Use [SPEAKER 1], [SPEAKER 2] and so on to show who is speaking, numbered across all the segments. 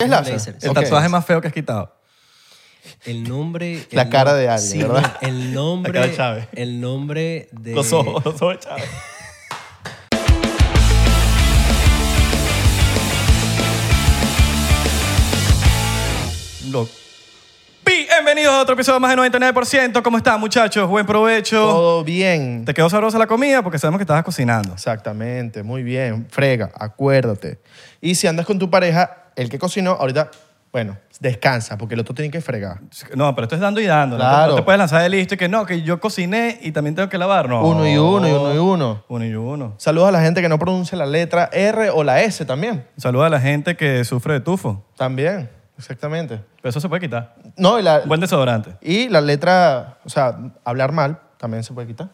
[SPEAKER 1] es láser?
[SPEAKER 2] El
[SPEAKER 1] Ok.
[SPEAKER 2] tatuaje más feo que has quitado.
[SPEAKER 3] El nombre.
[SPEAKER 1] La
[SPEAKER 3] el
[SPEAKER 1] cara
[SPEAKER 3] nom-
[SPEAKER 1] de alguien,
[SPEAKER 3] sí,
[SPEAKER 1] ¿verdad?
[SPEAKER 3] no, el nombre.
[SPEAKER 2] La cara de Chávez.
[SPEAKER 3] El nombre de.
[SPEAKER 2] Los ojos, los ojos, chaval.
[SPEAKER 1] Lo-
[SPEAKER 2] Bienvenidos a otro episodio más de 99%. ¿Cómo están, muchachos? Buen provecho.
[SPEAKER 1] Todo bien.
[SPEAKER 2] ¿Te quedó sabrosa la comida? Porque sabemos que estabas cocinando.
[SPEAKER 1] Exactamente, muy bien. Frega, acuérdate. Y si andas con tu pareja, el que cocinó, ahorita, bueno, descansa, porque el otro tiene que fregar.
[SPEAKER 2] No, pero esto es dando y dando. ¿no?
[SPEAKER 1] Claro.
[SPEAKER 2] No, te, puedes lanzar de listo y que no, que yo cociné y también tengo que lavar. No.
[SPEAKER 1] Uno y uno, y uno y uno.
[SPEAKER 2] Uno y uno.
[SPEAKER 1] Saludos a la gente que no pronuncia la letra R o la S también.
[SPEAKER 2] Saluda a la gente que sufre de tufo.
[SPEAKER 1] También, exactamente.
[SPEAKER 2] Pero eso se puede quitar.
[SPEAKER 1] No, y la,
[SPEAKER 2] Buen desodorante.
[SPEAKER 1] y la letra, o sea, hablar mal también se puede quitar,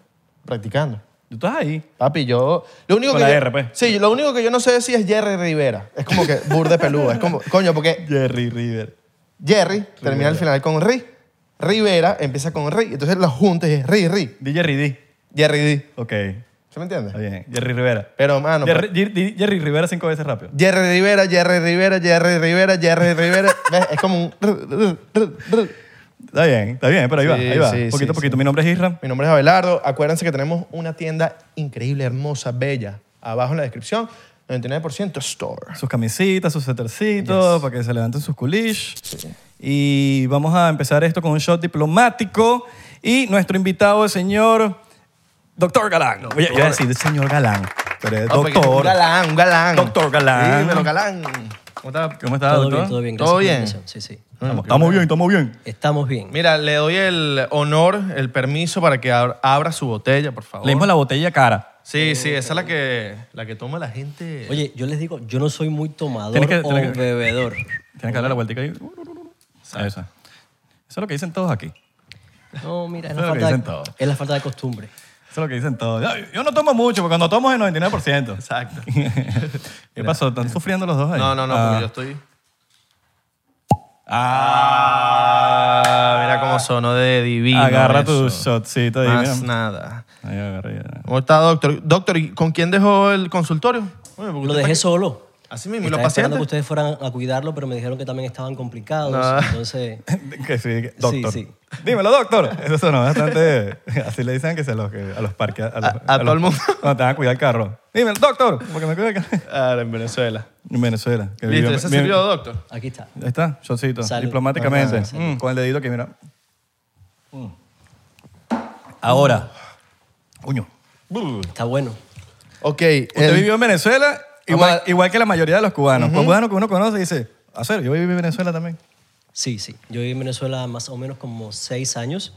[SPEAKER 1] practicando.
[SPEAKER 2] Tú estás ahí.
[SPEAKER 1] Papi, yo. Lo único
[SPEAKER 2] Con
[SPEAKER 1] que
[SPEAKER 2] la
[SPEAKER 1] yo-
[SPEAKER 2] R, pues.
[SPEAKER 1] Sí, lo único que yo no sé si es Jerry Rivera. Es como que burde peludo. Es como, coño, porque
[SPEAKER 2] Jerry River.
[SPEAKER 1] Jerry termina al final con Ri. Rivera empieza con Ri. Entonces los juntas y es Ri, Ri.
[SPEAKER 2] Di Jerry D.
[SPEAKER 1] Jerry D.
[SPEAKER 2] Ok. Está
[SPEAKER 1] ¿Se me entiende?
[SPEAKER 2] bien. Jerry Rivera.
[SPEAKER 1] Pero, mano.
[SPEAKER 2] Jerry, di- Jerry Rivera cinco veces rápido.
[SPEAKER 1] pero- Jerry Rivera, Jerry Rivera, Jerry Rivera, Jerry Rivera. ¿Ves? Es como un. ru, ru, ru, ru.
[SPEAKER 2] Está bien, está bien, pero ahí va,
[SPEAKER 1] Sí,
[SPEAKER 2] ahí va.
[SPEAKER 1] sí,
[SPEAKER 2] poquito
[SPEAKER 1] sí,
[SPEAKER 2] a poquito.
[SPEAKER 1] sí.
[SPEAKER 2] Mi nombre es Isra.
[SPEAKER 1] Mi nombre es Abelardo. Acuérdense que tenemos una tienda increíble, hermosa, bella. Abajo en la descripción, 99% Store.
[SPEAKER 2] Sus camisitas, sus setercitos, para que se levanten sus culish. Y vamos a empezar esto con un shot diplomático. Y nuestro invitado, el señor Doctor Galán. Oye, yo iba a decir el señor Galán, pero es
[SPEAKER 1] Ah, porque es Un
[SPEAKER 2] doctor.
[SPEAKER 1] galán, un galán.
[SPEAKER 2] Doctor galán.
[SPEAKER 1] Dímelo, galán. ¿Cómo está?
[SPEAKER 2] ¿Cómo estás,
[SPEAKER 3] Todo
[SPEAKER 2] doctor?
[SPEAKER 3] bien, todo bien.
[SPEAKER 1] ¿Todo
[SPEAKER 3] por la
[SPEAKER 1] bien?
[SPEAKER 3] invitación, Sí, sí.
[SPEAKER 2] Estamos, estamos bien, estamos bien.
[SPEAKER 3] Estamos bien.
[SPEAKER 1] Mira, le doy el honor, el permiso para que ab- abra su botella, por favor.
[SPEAKER 2] Le dimos la botella cara.
[SPEAKER 1] Sí, sí, esa es la que, la que toma la gente.
[SPEAKER 3] Oye, yo les digo, yo no soy muy tomador
[SPEAKER 2] Tienes que-
[SPEAKER 3] o
[SPEAKER 2] tienes que-
[SPEAKER 3] bebedor.
[SPEAKER 2] Tienes que darle la vueltica ahí. Esa. Eso es lo que dicen todos aquí.
[SPEAKER 3] No, mira, es
[SPEAKER 2] Eso
[SPEAKER 3] la,
[SPEAKER 2] es lo que
[SPEAKER 3] falta
[SPEAKER 2] dicen todos.
[SPEAKER 3] de, es la falta de costumbre.
[SPEAKER 2] Eso es lo que dicen todos. Yo, yo no tomo mucho, porque cuando tomo es el 99%. Exacto. ¿Qué pasó? ¿Están sufriendo los dos ahí?
[SPEAKER 1] No, no, no,
[SPEAKER 2] Ah.
[SPEAKER 1] porque yo estoy.
[SPEAKER 2] Ah,
[SPEAKER 1] Mira cómo sonó de divino.
[SPEAKER 2] Agarra
[SPEAKER 1] eso.
[SPEAKER 2] tu shotcito ahí,
[SPEAKER 1] Más
[SPEAKER 2] mira.
[SPEAKER 1] nada.
[SPEAKER 2] Ahí agarra, ya.
[SPEAKER 1] ¿Cómo está, doctor? Doctor, ¿y ¿con quién dejó el consultorio? Oye, porque
[SPEAKER 3] Lo
[SPEAKER 1] usted está
[SPEAKER 3] dejé
[SPEAKER 1] aquí-
[SPEAKER 3] solo.
[SPEAKER 1] Así mismo, ¿y los
[SPEAKER 3] Estaba esperando que
[SPEAKER 1] pacientes?
[SPEAKER 3] ustedes fueran a cuidarlo, pero me dijeron que también estaban complicados.
[SPEAKER 1] Ah.
[SPEAKER 3] Entonces,
[SPEAKER 2] Que sí, que- doctor.
[SPEAKER 3] Sí,
[SPEAKER 2] Dímelo, doctor. Eso sonó bastante. Así le dicen que se los, que- a los parques. A, los-
[SPEAKER 1] A- a
[SPEAKER 2] los-
[SPEAKER 1] todo el mundo.
[SPEAKER 2] Cuando te van a cuidar el carro. Dímelo, doctor. Porque me cuida el carro.
[SPEAKER 1] Ah, en Venezuela.
[SPEAKER 2] En Venezuela. que
[SPEAKER 1] Listo,
[SPEAKER 2] vivió-
[SPEAKER 1] ese
[SPEAKER 2] bien-
[SPEAKER 1] sirvió, doctor.
[SPEAKER 3] aquí está.
[SPEAKER 2] Ahí está, shotcito.
[SPEAKER 3] Salud.
[SPEAKER 2] Diplomáticamente.
[SPEAKER 3] Ajá, salud.
[SPEAKER 2] Mm, con el dedito aquí, mira. Mm. Ahora. Coño.
[SPEAKER 3] Está bueno.
[SPEAKER 1] Ok.
[SPEAKER 2] Usted
[SPEAKER 1] el-
[SPEAKER 2] vivió en Venezuela, igual, igual que la mayoría de los cubanos. Un cubano que uno conoce dice, a serio, yo viví en Venezuela también.
[SPEAKER 3] Sí, sí. Yo viví en Venezuela más o menos como seis años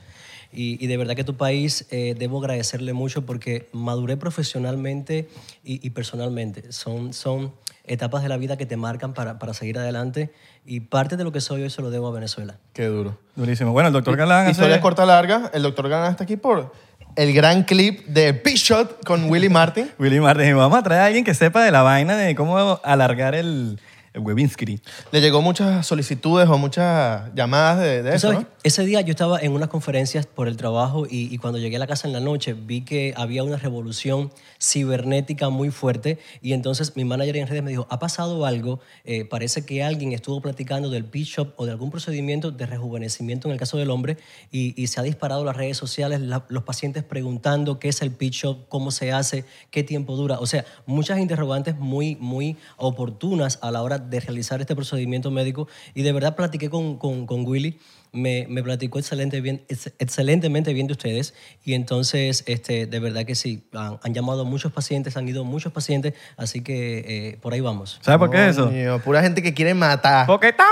[SPEAKER 3] y, y de verdad que tu país eh, debo agradecerle mucho porque maduré profesionalmente y, y personalmente. Son, son etapas de la vida que te marcan para, para seguir adelante y parte de lo que soy hoy se lo debo a Venezuela.
[SPEAKER 1] Qué duro.
[SPEAKER 2] Durísimo. Bueno, el doctor Galán hace-
[SPEAKER 1] Historia corta larga. El doctor Galán está aquí por el gran clip de Bishot con Willy Martin.
[SPEAKER 2] Willy Martin dijo, vamos a traer a alguien que sepa de la vaina de cómo alargar el, el Webinsky.
[SPEAKER 1] Le llegó muchas solicitudes o muchas llamadas de, de
[SPEAKER 3] Tú
[SPEAKER 1] eso,
[SPEAKER 3] sabes,
[SPEAKER 1] ¿no?
[SPEAKER 3] ese día yo estaba en unas conferencias por el trabajo y, y cuando llegué a la casa en la noche vi que había una revolución cibernética muy fuerte y entonces mi manager en redes me dijo, ha pasado algo, eh, parece que alguien estuvo platicando del pitch shop o de algún procedimiento de rejuvenecimiento en el caso del hombre y, y se ha disparado las redes sociales, la- los pacientes preguntando qué es el pitch shop, cómo se hace, qué tiempo dura, o sea, muchas interrogantes muy, muy oportunas a la hora de realizar este procedimiento médico y de verdad platiqué con, con, con Willy me, me platicó excelente bien, ex- excelentemente bien de ustedes y entonces este, de verdad que sí, han, han llamado a muchos pacientes, han ido muchos pacientes, así que eh, por ahí vamos.
[SPEAKER 2] ¿Sabes por qué eso? Oh.
[SPEAKER 1] Coño, pura gente que quiere matar.
[SPEAKER 2] Porque estamos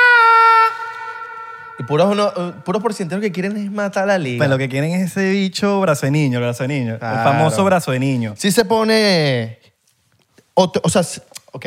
[SPEAKER 2] pegados.
[SPEAKER 1] Y puros, uno- eh, puros porcenteros que quieren es matar a la liga.
[SPEAKER 2] Pero Pues lo que quieren es ese bicho brazo de niño, el brazo de niño. El
[SPEAKER 1] Claro.
[SPEAKER 2] famoso brazo de niño.
[SPEAKER 1] Si se pone... O, o sea, si- ok.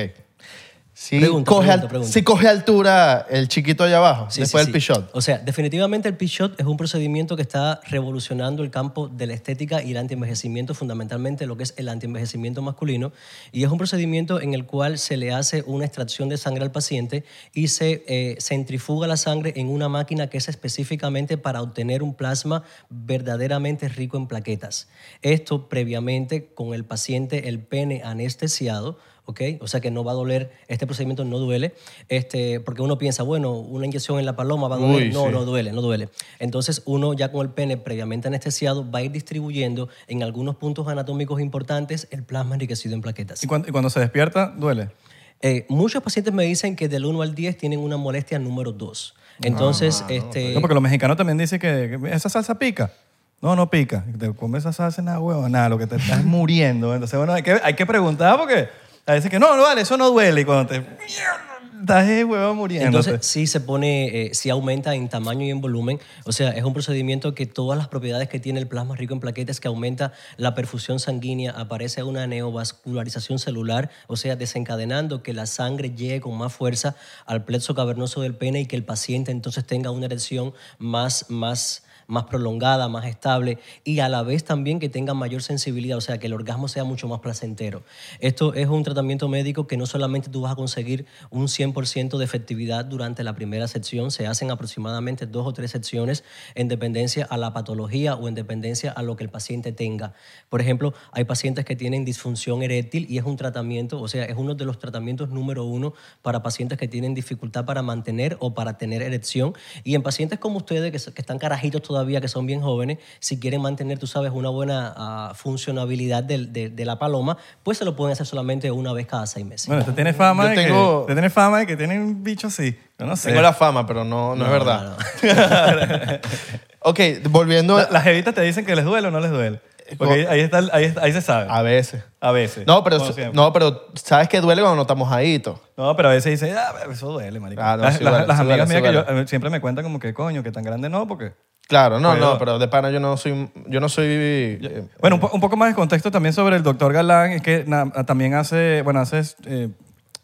[SPEAKER 1] Si,
[SPEAKER 3] Pregunta,
[SPEAKER 1] coge
[SPEAKER 3] pregunta,
[SPEAKER 1] al-
[SPEAKER 3] pregunta.
[SPEAKER 1] si coge altura el chiquito allá abajo,
[SPEAKER 3] Sí,
[SPEAKER 1] después
[SPEAKER 3] sí,
[SPEAKER 1] del
[SPEAKER 3] sí.
[SPEAKER 1] pichot.
[SPEAKER 3] O sea, definitivamente el pichot es un procedimiento que está revolucionando el campo de la estética y el antienvejecimiento, fundamentalmente lo que es el antienvejecimiento masculino. Y es un procedimiento en el cual se le hace una extracción de sangre al paciente y se eh, centrifuga la sangre en una máquina que es específicamente para obtener un plasma verdaderamente rico en plaquetas. Esto previamente con el paciente, el pene anestesiado. ¿ok? ¿ok? O sea que no va a doler, este procedimiento no duele, este, porque uno piensa, bueno, una inyección en la paloma va a doler.
[SPEAKER 1] Uy,
[SPEAKER 3] no,
[SPEAKER 1] sí.
[SPEAKER 3] no duele, no duele. Entonces uno ya con el pene previamente anestesiado va a ir distribuyendo en algunos puntos anatómicos importantes el plasma enriquecido en plaquetas.
[SPEAKER 2] Y cuando, y cuando se despierta, duele.
[SPEAKER 3] Eh, muchos pacientes me dicen que del 1 al 10 tienen una molestia número 2. Entonces, este...
[SPEAKER 2] Ah, No, porque los mexicanos también dicen que, que esa salsa pica. No, no pica. Te comes esa salsa, nada, huevo, nada, lo que te estás muriendo. Entonces, bueno, hay que, hay que preguntar porque a veces que no, no vale, eso no duele. Y cuando te. Estás, eh, huevo, muriendo.
[SPEAKER 3] Entonces, sí se pone, eh, sí aumenta en tamaño y en volumen. O sea, es un procedimiento que todas las propiedades que tiene el plasma rico en plaquetas, que aumenta la perfusión sanguínea, aparece una neovascularización celular, o sea, desencadenando que la sangre llegue con más fuerza al plexo cavernoso del pene y que el paciente entonces tenga una erección más, más, más prolongada, más estable y a la vez también que tenga mayor sensibilidad, o sea, que el orgasmo sea mucho más placentero. Esto es un tratamiento médico que no solamente tú vas a conseguir un 100% de efectividad durante la primera sección, se hacen aproximadamente dos o tres secciones en dependencia a la patología o en dependencia a lo que el paciente tenga. Por ejemplo, hay pacientes que tienen disfunción eréctil y es un tratamiento, o sea, es uno de los tratamientos número uno para pacientes que tienen dificultad para mantener o para tener erección. Y en pacientes como ustedes, que, so- que están carajitos todavía, que son bien jóvenes, si quieren mantener, tú sabes, una buena ah, funcionabilidad del- de, de la paloma, pues se lo pueden hacer solamente una vez cada seis meses.
[SPEAKER 2] bueno, usted tiene fama,
[SPEAKER 1] Yo
[SPEAKER 2] de,
[SPEAKER 1] tengo-
[SPEAKER 2] que, usted tiene fama de que tiene un bicho así. Yo no sé.
[SPEAKER 1] Tengo la fama, pero no, no, es verdad. ok, volviendo
[SPEAKER 2] La- las jevitas te dicen que les duele o no les duele. Porque ahí, ahí está, el- ahí, está- ahí se sabe.
[SPEAKER 1] a veces.
[SPEAKER 2] A veces.
[SPEAKER 1] Eh, Ah. No, pero,
[SPEAKER 2] Bueno, siempre.
[SPEAKER 1] no, pero sabes que duele cuando no estamos ahito.
[SPEAKER 2] No, pero a veces dicen, ah, eso duele, marico.
[SPEAKER 1] Ah, no,
[SPEAKER 2] las
[SPEAKER 1] sí
[SPEAKER 2] las-
[SPEAKER 1] duele,
[SPEAKER 2] las
[SPEAKER 1] sí
[SPEAKER 2] amigas
[SPEAKER 1] duele,
[SPEAKER 2] mías
[SPEAKER 1] sí
[SPEAKER 2] que yo, eh, siempre me cuentan como que, coño, que tan grande no, porque...
[SPEAKER 1] Claro, no,
[SPEAKER 2] Pero-
[SPEAKER 1] no, pero de pana yo no soy. Yo no soy. eh,
[SPEAKER 2] Bueno, un, po- un poco más de contexto también sobre el doctor Galán, es que na- ah, también hace, bueno, hace eh,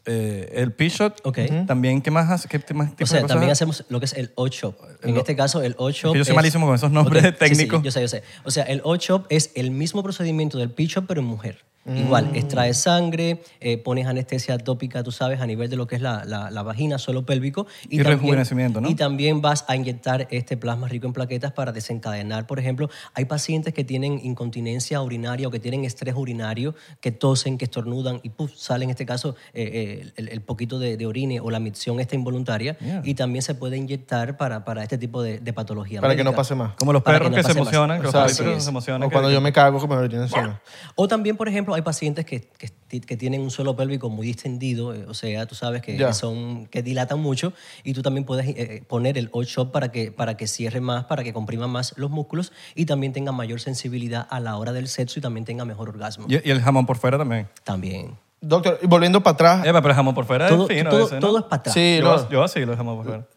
[SPEAKER 2] eh, el P-Shot.
[SPEAKER 3] Ok.
[SPEAKER 2] También, ¿qué más hace? ¿Qué t- más tipo
[SPEAKER 3] O
[SPEAKER 2] de
[SPEAKER 3] sea,
[SPEAKER 2] cosas
[SPEAKER 3] también
[SPEAKER 2] hace?
[SPEAKER 3] hacemos lo que es el O-Shop. En este caso, el O-Shop.
[SPEAKER 2] Yo soy
[SPEAKER 3] es-
[SPEAKER 2] malísimo con esos nombres
[SPEAKER 3] Ok, sí, sí,
[SPEAKER 2] técnicos.
[SPEAKER 3] yo sé, yo sé. O sea, el O-Shop es el mismo procedimiento del P-Shop, pero en mujer. Igual, extraes sangre, eh, pones anestesia tópica, tú sabes, a nivel de lo que es la, la- la vagina, suelo pélvico.
[SPEAKER 2] Y rejuvenecimiento, ¿no?
[SPEAKER 3] Y también vas a inyectar este plasma rico en plaquetas para desencadenar, por ejemplo, hay pacientes que tienen incontinencia urinaria o que tienen estrés urinario, que tosen, que estornudan y puff, sale en este caso eh, eh, el, el poquito de, de orine o la micción esta involuntaria
[SPEAKER 2] Yeah.
[SPEAKER 3] y también se puede inyectar para, para este tipo de, de patología.
[SPEAKER 1] Para que no
[SPEAKER 3] médica.
[SPEAKER 1] pase más.
[SPEAKER 2] Como los
[SPEAKER 3] Para
[SPEAKER 2] perros
[SPEAKER 3] no
[SPEAKER 2] que, se
[SPEAKER 3] pase más.
[SPEAKER 2] emocionan, que los
[SPEAKER 3] Así
[SPEAKER 2] perritos
[SPEAKER 3] es.
[SPEAKER 2] se emocionan.
[SPEAKER 1] O
[SPEAKER 2] que-
[SPEAKER 1] cuando yo me cago, como me lo tienen encima.
[SPEAKER 3] O también, por ejemplo, hay pacientes que, que, que tienen un suelo pélvico muy distendido, eh, o sea, tú sabes que,
[SPEAKER 1] Ya.
[SPEAKER 3] que son que dilatan mucho y tú también puedes eh, poner el O-Shop para que, para que cierre más, para que comprima más los músculos y también tenga mayor sensibilidad a la hora del sexo y también tenga mejor orgasmo.
[SPEAKER 2] Y, y el jamón por fuera también.
[SPEAKER 3] También.
[SPEAKER 1] Doctor, y volviendo para atrás.
[SPEAKER 2] Epa, pero el jamón por fuera
[SPEAKER 3] Ah. Todo,
[SPEAKER 2] es fino
[SPEAKER 3] todo-
[SPEAKER 2] ese, ¿no?
[SPEAKER 3] todo es para atrás.
[SPEAKER 1] Sí,
[SPEAKER 2] yo,
[SPEAKER 1] no,
[SPEAKER 2] yo así lo jamón por fuera.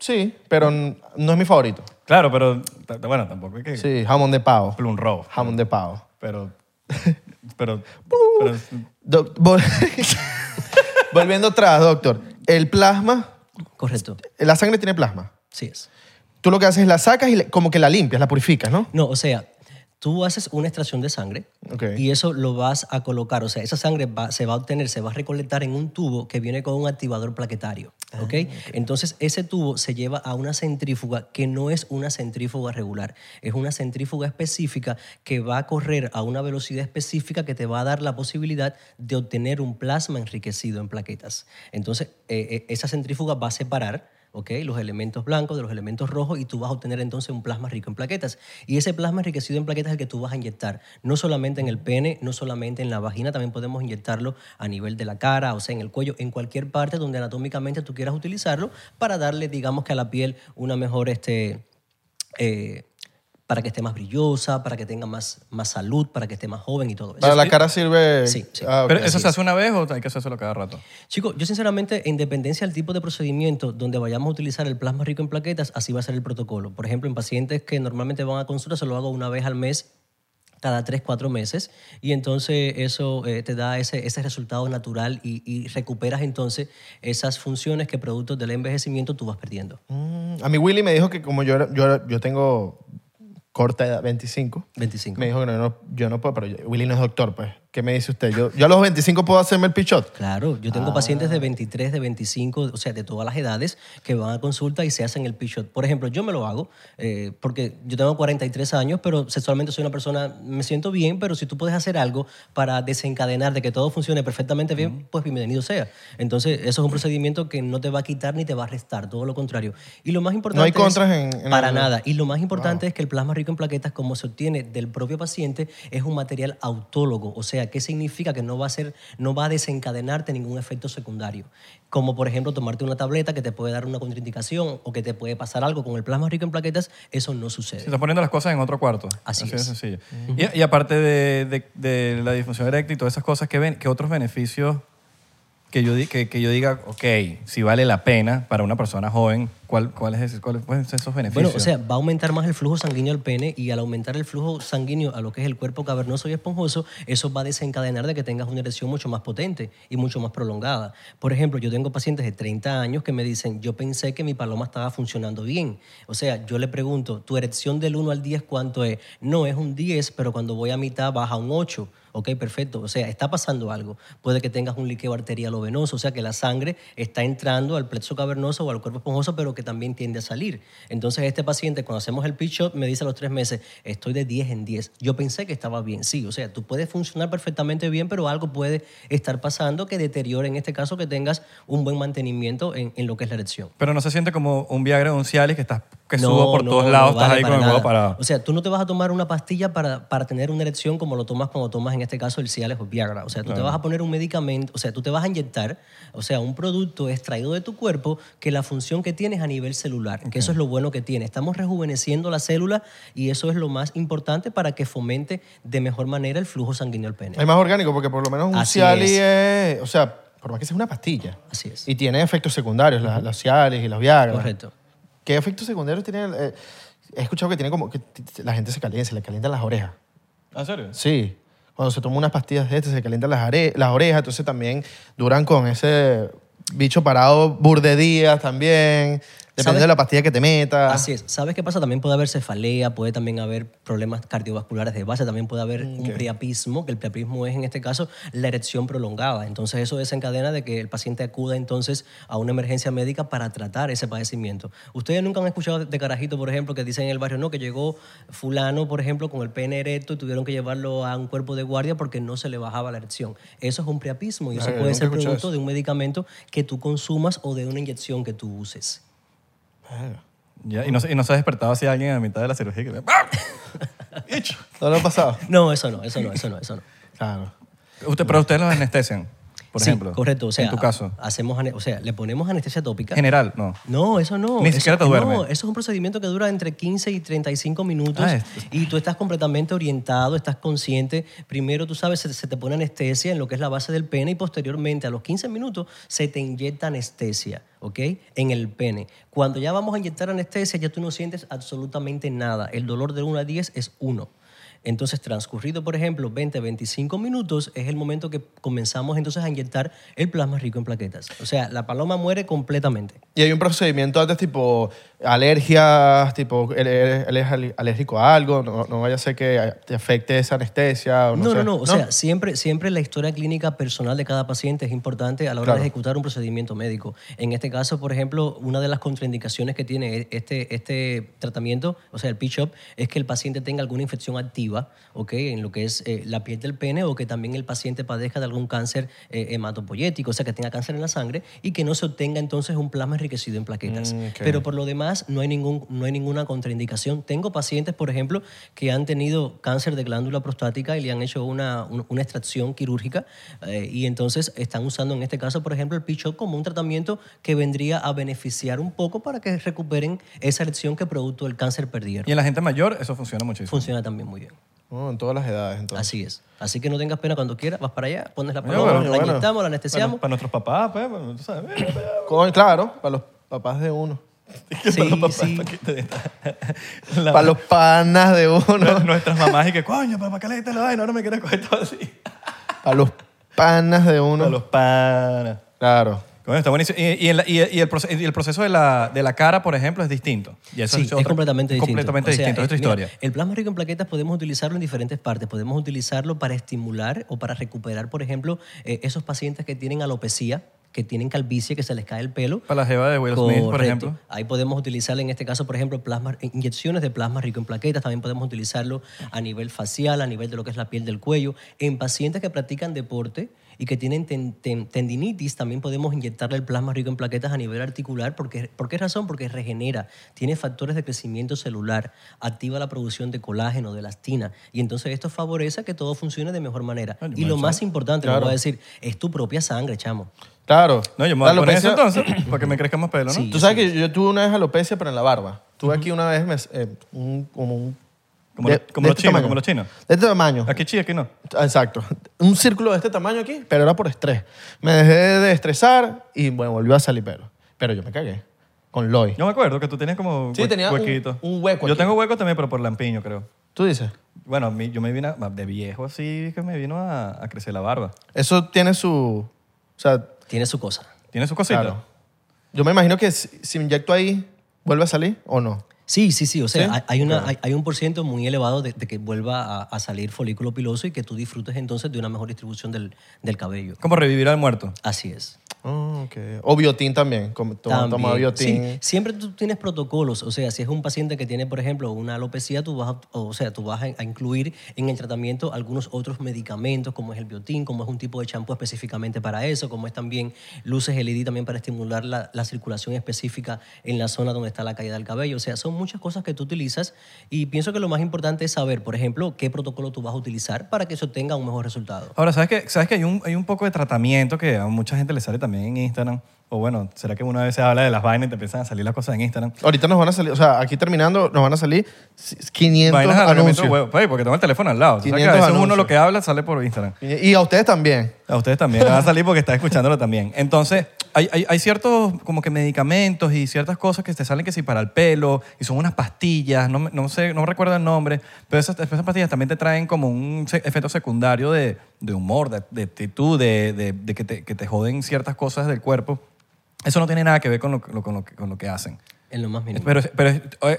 [SPEAKER 1] sí, pero n- no es mi favorito.
[SPEAKER 2] Claro, pero t- t- bueno, tampoco es que
[SPEAKER 1] Sí, jamón de pavo.
[SPEAKER 2] un robo.
[SPEAKER 1] Jamón de pavo.
[SPEAKER 2] Pero, pero, pero-
[SPEAKER 1] Doc- vol- volviendo atrás, doctor. El plasma,
[SPEAKER 3] Correcto.
[SPEAKER 1] la sangre tiene plasma.
[SPEAKER 3] Sí es.
[SPEAKER 1] Tú lo que haces es la sacas y le- como que la limpias, la purificas, ¿no?
[SPEAKER 3] No, o sea, tú haces una extracción de sangre
[SPEAKER 1] Ok.
[SPEAKER 3] y eso lo vas a colocar, o sea, esa sangre va- se va a obtener, se va a recolectar en un tubo que viene con un activador plaquetario, ¿ok? Entonces, ese tubo se lleva a una centrífuga que no es una centrífuga regular, es una centrífuga específica que va a correr a una velocidad específica que te va a dar la posibilidad de obtener un plasma enriquecido en plaquetas. Entonces, eh, eh, esa centrífuga va a separar ¿ok? los elementos blancos de los elementos rojos y tú vas a obtener entonces un plasma rico en plaquetas. Y ese plasma enriquecido en plaquetas es el que tú vas a inyectar, no solamente en el pene, no solamente en la vagina, también podemos inyectarlo a nivel de la cara, o sea, en el cuello, en cualquier parte donde anatómicamente tú quieras utilizarlo para darle, digamos que a la piel una mejor... Este, eh, para que esté más brillosa, para que tenga más, más salud, para que esté más joven y todo eso.
[SPEAKER 1] Para la cara sirve.
[SPEAKER 3] Sí, sí.
[SPEAKER 1] Ah, ok.
[SPEAKER 2] pero ¿eso se hace una vez o hay que hacérselo cada rato?
[SPEAKER 3] Chicos, yo sinceramente, en dependencia del tipo de procedimiento donde vayamos a utilizar el plasma rico en plaquetas, así va a ser el protocolo. Por ejemplo, en pacientes que normalmente van a consulta, se lo hago una vez al mes, cada tres, cuatro meses, y entonces eso eh, te da ese, ese resultado natural y, y recuperas entonces esas funciones que producto del envejecimiento tú vas perdiendo.
[SPEAKER 1] Mm, A mí Willy me dijo que como yo, era- yo, era- yo tengo corta edad, 25,
[SPEAKER 3] 25.
[SPEAKER 1] me dijo que no, no- yo no puedo, pero yo- Willy no es doctor, pues. ¿Qué me dice usted? Yo, yo a los 25 puedo hacerme el pichot.
[SPEAKER 3] Claro, yo
[SPEAKER 1] Ah.
[SPEAKER 3] tengo pacientes de 23, de 25, o sea, de todas las edades que van a consulta y se hacen el pichot. Por ejemplo, yo me lo hago eh, porque yo tengo 43 años, pero sexualmente soy una persona, me siento bien, pero si tú puedes hacer algo para desencadenar de que todo funcione perfectamente bien, pues bienvenido sea. Entonces, eso es un procedimiento que no te va a quitar ni te va a restar, todo lo contrario. Y lo más importante
[SPEAKER 1] hay
[SPEAKER 3] es-
[SPEAKER 1] contras en- en
[SPEAKER 3] para
[SPEAKER 1] el-
[SPEAKER 3] nada nada. Y lo más importante es que el plasma rico en plaquetas, como se obtiene del propio paciente, es un material autólogo. O sea, ¿qué significa? Que no va a, ser, no va a desencadenarte ningún efecto secundario. Como, por ejemplo, tomarte una tableta que te puede dar una contraindicación o que te puede pasar algo con el plasma rico en plaquetas, eso no
[SPEAKER 2] Se
[SPEAKER 3] sucede.
[SPEAKER 2] están poniendo las cosas en otro cuarto.
[SPEAKER 3] Así
[SPEAKER 2] de
[SPEAKER 3] es.
[SPEAKER 2] sencillo. y, y aparte de, de- de la disfunción eréctil y todas esas cosas, ¿qué, ven- qué otros beneficios que yo, di- que, que yo diga, ok, si vale la pena para una persona joven, ¿cuál- cuáles es- ¿cuáles pueden ser esos beneficios?
[SPEAKER 3] Bueno, o sea, va a aumentar más el flujo sanguíneo al pene y al aumentar el flujo sanguíneo a lo que es el cuerpo cavernoso y esponjoso, eso va a desencadenar de que tengas una erección mucho más potente y mucho más prolongada. Por ejemplo, yo tengo pacientes de 30 años que me dicen, yo pensé que mi paloma estaba funcionando bien. O sea, yo le pregunto, ¿tu erección del 1 al 10 cuánto es? No, es un 10, pero cuando voy a mitad baja un 8. Ok, perfecto. O sea, está pasando algo. Puede que tengas un liqueo arterial o venoso, o sea, que la sangre está entrando al plexo cavernoso o al cuerpo esponjoso, pero que también tiende a salir. Entonces, este paciente, cuando hacemos el pitch up, me dice a los tres meses, estoy de 10 en 10. Yo pensé que estaba bien. Sí, o sea, tú puedes funcionar perfectamente bien, pero algo puede estar pasando que deteriore, en este caso, que tengas un buen mantenimiento en, en lo que es la erección.
[SPEAKER 2] Pero no se siente como un Viagra o un Cialis que, estás, que
[SPEAKER 3] No,
[SPEAKER 2] subo por
[SPEAKER 3] no,
[SPEAKER 2] todos
[SPEAKER 3] no
[SPEAKER 2] lados, estás
[SPEAKER 3] vale
[SPEAKER 2] ahí con
[SPEAKER 3] para
[SPEAKER 2] el huevo
[SPEAKER 3] nada.
[SPEAKER 2] parado.
[SPEAKER 3] O sea, tú no te vas a tomar una pastilla para, para tener una erección como lo tomas cuando tomas, en este caso, el Cialis o Viagra. O sea, tú te vas a poner un medicamento, o sea, tú te vas a inyectar, o sea, un producto extraído de tu cuerpo que la función que tiene es a nivel celular, que eso es lo bueno que tiene. Estamos rejuveneciendo la célula y eso es lo más importante para que fomente de mejor manera el flujo sanguíneo al pene.
[SPEAKER 1] Es más orgánico porque por lo menos un
[SPEAKER 3] Así
[SPEAKER 1] Cialis es. O sea, por más que sea una pastilla.
[SPEAKER 3] Así es.
[SPEAKER 1] Y tiene efectos secundarios, la- los Cialis y los Viagra.
[SPEAKER 3] Correcto.
[SPEAKER 1] ¿Qué efectos secundarios tiene? el- eh, he escuchado que tiene como que t- la gente se calienta, se le calientan las orejas.
[SPEAKER 2] ¿En serio?
[SPEAKER 1] Sí. Cuando se toma unas pastillas de este, se calientan las, are- las orejas, entonces también duran con ese bicho parado burde días también. Depende
[SPEAKER 3] ¿Sabes?
[SPEAKER 1] de la pastilla que te metas.
[SPEAKER 3] Así es. ¿Sabes qué pasa? También puede haber cefalea, puede también haber problemas cardiovasculares de base, también puede haber un priapismo, que el priapismo es en este caso la erección prolongada. Entonces eso desencadena de que el paciente acuda entonces a una emergencia médica para tratar ese padecimiento. Ustedes nunca han escuchado de- de carajito, por ejemplo, que dicen en el barrio, no, que llegó fulano, por ejemplo, con el pene erecto y tuvieron que llevarlo a un cuerpo de guardia porque no se le bajaba la erección. Eso es un priapismo y eso
[SPEAKER 1] Verga,
[SPEAKER 3] puede
[SPEAKER 1] nunca he
[SPEAKER 3] ser
[SPEAKER 1] escuchado
[SPEAKER 3] producto
[SPEAKER 1] eso.
[SPEAKER 3] de un medicamento que tú consumas o de una inyección que tú uses.
[SPEAKER 2] Ya, y, no, se- y no se ha despertado así alguien a mitad de la cirugía. que- ¡Ah! Icho.
[SPEAKER 1] ¿No lo ha pasado?
[SPEAKER 3] No, eso no, eso no, eso no, eso no.
[SPEAKER 1] Claro.
[SPEAKER 2] Usted, pero ustedes los anestesian, por
[SPEAKER 3] Sí,
[SPEAKER 2] ejemplo.
[SPEAKER 3] correcto. O sea, ah,
[SPEAKER 2] En tu caso.
[SPEAKER 3] Hacemos, ane- o sea, le ponemos anestesia tópica.
[SPEAKER 2] General, no.
[SPEAKER 3] no, eso no.
[SPEAKER 2] Ni
[SPEAKER 3] Eso-
[SPEAKER 2] siquiera te duerme.
[SPEAKER 3] No, eso es un procedimiento que dura entre 15 y 35 minutos
[SPEAKER 2] Ah, es-
[SPEAKER 3] y tú estás completamente orientado, estás consciente. Primero, tú sabes, se, se te pone anestesia en lo que es la base del pene y posteriormente, a los 15 minutos, se te inyecta anestesia, ¿ok? En el pene. Cuando ya vamos a inyectar anestesia, ya tú no sientes absolutamente nada. El dolor de 1 a 10 es 1. Entonces, transcurrido, por ejemplo, 20, 25 minutos, es el momento que comenzamos entonces a inyectar el plasma rico en plaquetas. O sea, la paloma muere completamente.
[SPEAKER 1] Y hay un procedimiento antes tipo alergias, tipo él es él es al- alérgico a algo, no, no vaya a ser que te afecte esa anestesia. O no,
[SPEAKER 3] No,
[SPEAKER 1] sé.
[SPEAKER 3] no, no. O sea, siempre, siempre la historia clínica personal de cada paciente es importante a la hora
[SPEAKER 1] Claro.
[SPEAKER 3] de ejecutar un procedimiento médico. En este caso, por ejemplo, una de las contraindicaciones que tiene este, este tratamiento, o sea, el pitch-up, es que el paciente tenga alguna infección activa, ¿ok? En lo que es eh, la piel del pene o que también el paciente padezca de algún cáncer eh, hematopoyético, o sea, que tenga cáncer en la sangre y que no se obtenga entonces un plasma enriquecido en plaquetas.
[SPEAKER 1] Mm, ok.
[SPEAKER 3] Pero por lo demás, no hay, ningún, no hay ninguna contraindicación. Tengo pacientes, por ejemplo, que han tenido cáncer de glándula prostática y le han hecho una, un- una extracción quirúrgica eh, y entonces están usando en este caso, por ejemplo, el pichot como un tratamiento que vendría a beneficiar un poco para que recuperen esa erección que producto del cáncer perdieron.
[SPEAKER 2] Y en la gente mayor eso funciona muchísimo.
[SPEAKER 3] Funciona también muy bien.
[SPEAKER 1] Oh, en todas las edades, entonces.
[SPEAKER 3] Así es. Así que no tengas pena cuando quieras, vas para allá, pones la
[SPEAKER 2] Bueno,
[SPEAKER 3] paloma,
[SPEAKER 2] bueno,
[SPEAKER 3] la
[SPEAKER 1] bueno.
[SPEAKER 3] inyectamos, la
[SPEAKER 2] Para,
[SPEAKER 3] anestesiamos.
[SPEAKER 2] para nuestros papás, pues, bueno, tú sabes. eh, eh,
[SPEAKER 1] Con- claro, para los papás de uno.
[SPEAKER 3] Sí, sí.
[SPEAKER 2] la-
[SPEAKER 1] Para los panas de uno.
[SPEAKER 2] Nuestras mamás y que, coño, papá, ¿qué le diste la vaina? Ahora me quieres coger todo así.
[SPEAKER 1] Para los panas de uno.
[SPEAKER 2] Para los panas.
[SPEAKER 1] Claro.
[SPEAKER 2] Coño, está buenísimo. Y, y en la- y- y el, proce- y el proceso de la, de la cara, por ejemplo, es distinto. Y eso
[SPEAKER 3] sí, es,
[SPEAKER 2] otra-
[SPEAKER 3] completamente distinto.
[SPEAKER 2] Completamente
[SPEAKER 3] O sea, eh,
[SPEAKER 2] distinto, es otra
[SPEAKER 3] mira,
[SPEAKER 2] historia.
[SPEAKER 3] el plasma rico en plaquetas podemos utilizarlo en diferentes partes. Podemos utilizarlo para estimular o para recuperar, por ejemplo, eh, esos pacientes que tienen alopecia, que tienen calvicie, que se les cae el pelo.
[SPEAKER 2] Para la jeva de Will Smith, por
[SPEAKER 3] Correcto.
[SPEAKER 2] ejemplo.
[SPEAKER 3] Ahí podemos utilizar en este caso, por ejemplo, plasma, inyecciones de plasma rico en plaquetas. También podemos utilizarlo a nivel facial, a nivel de lo que es la piel del cuello. En pacientes que practican deporte y que tienen ten- ten- tendinitis, también podemos inyectarle el plasma rico en plaquetas a nivel articular. ¿Por qué, ¿Por qué razón? Porque regenera, tiene factores de crecimiento celular, activa la producción de colágeno, de elastina. Y entonces esto favorece que todo funcione de mejor manera.
[SPEAKER 2] Coño,
[SPEAKER 3] y lo
[SPEAKER 2] macho.
[SPEAKER 3] más importante, lo voy a decir, es tu propia sangre, chamo.
[SPEAKER 1] Claro.
[SPEAKER 2] No, yo me voy a
[SPEAKER 1] La
[SPEAKER 2] poner eso
[SPEAKER 1] alopecia-
[SPEAKER 2] entonces, para que me crezca más pelo, ¿no?
[SPEAKER 3] Sí.
[SPEAKER 1] Tú sabes que yo, yo tuve una vez alopecia, pero en la barba. Tuve aquí una vez me- eh, un- como un... este
[SPEAKER 2] Como lo- como los chinos,
[SPEAKER 1] tamaño.
[SPEAKER 2] como los chinos.
[SPEAKER 1] De este tamaño.
[SPEAKER 2] Aquí chía, aquí no.
[SPEAKER 1] Exacto. Un círculo de este tamaño aquí, pero era por estrés. Me dejé de estresar y bueno, volvió a salir pelo. Pero yo me cagué con Loy.
[SPEAKER 2] Yo me acuerdo que tú tenías como
[SPEAKER 1] Sí,
[SPEAKER 2] hue-
[SPEAKER 1] tenía un-
[SPEAKER 2] huequito.
[SPEAKER 1] un hueco
[SPEAKER 2] Yo
[SPEAKER 1] aquí.
[SPEAKER 2] tengo hueco también, pero por lampiño, creo.
[SPEAKER 1] ¿Tú dices?
[SPEAKER 2] Bueno, a mí- yo me vine a- de viejo así, que me vino a, a crecer la barba.
[SPEAKER 1] Eso tiene su... O sea,
[SPEAKER 3] Tiene su cosa.
[SPEAKER 2] ¿Tiene sus cositas?
[SPEAKER 1] claro. Yo me imagino que si, si me inyecto ahí, ¿vuelve a salir o no?
[SPEAKER 3] Sí, sí, sí. O sea,
[SPEAKER 1] ¿Sí?
[SPEAKER 3] hay- hay, una, hay, hay un porciento muy elevado de, de que vuelva a, a salir folículo piloso y que tú disfrutes entonces de una mejor distribución del, del cabello.
[SPEAKER 2] Como revivir al muerto.
[SPEAKER 3] Así es.
[SPEAKER 1] Ah, ok. O biotín también. como- Toma, toma
[SPEAKER 3] También,
[SPEAKER 1] biotín.
[SPEAKER 3] sí, siempre tú tienes protocolos. O sea, si es un paciente que tiene, por ejemplo, una alopecia, tú vas, a, o sea, tú vas a, a incluir en el tratamiento algunos otros medicamentos, como es el biotín, como es un tipo de champú específicamente para eso, como es también luces LED también para estimular la, la circulación específica en la zona donde está la caída del cabello. O sea, son muchas cosas que tú utilizas y pienso que lo más importante es saber, por ejemplo, qué protocolo tú vas a utilizar para que eso tenga un mejor resultado.
[SPEAKER 2] Ahora, ¿sabes que, ¿sabes que hay, un, hay un poco de tratamiento que a mucha gente le sale también en Instagram? O bueno, ¿será que una vez se habla de las vainas y te empiezan a salir las cosas en Instagram?
[SPEAKER 1] Ahorita nos van a salir, o sea, aquí terminando, nos van a salir 500
[SPEAKER 2] Vainas de tratamiento
[SPEAKER 1] anuncios.
[SPEAKER 2] de huevo. Ey, porque tengo el teléfono al lado. O sea, que a
[SPEAKER 1] 500
[SPEAKER 2] veces uno
[SPEAKER 1] anuncios.
[SPEAKER 2] lo que habla sale por Instagram.
[SPEAKER 1] Y a ustedes también.
[SPEAKER 2] A ustedes también les va a salir porque están escuchándolo también. Entonces, hay, hay- hay ciertos como que medicamentos y ciertas cosas que te salen que sí para el pelo y son unas pastillas, no, me- no sé, no recuerdo el nombre, pero esas, esas pastillas también te traen como un se- efecto secundario de, de humor, de, de actitud, de, de- de que, te, que te joden ciertas cosas del cuerpo. Eso no tiene nada que ver con lo, lo- con lo que, con lo que hacen.
[SPEAKER 3] En lo más mínimo.
[SPEAKER 2] Pero, pero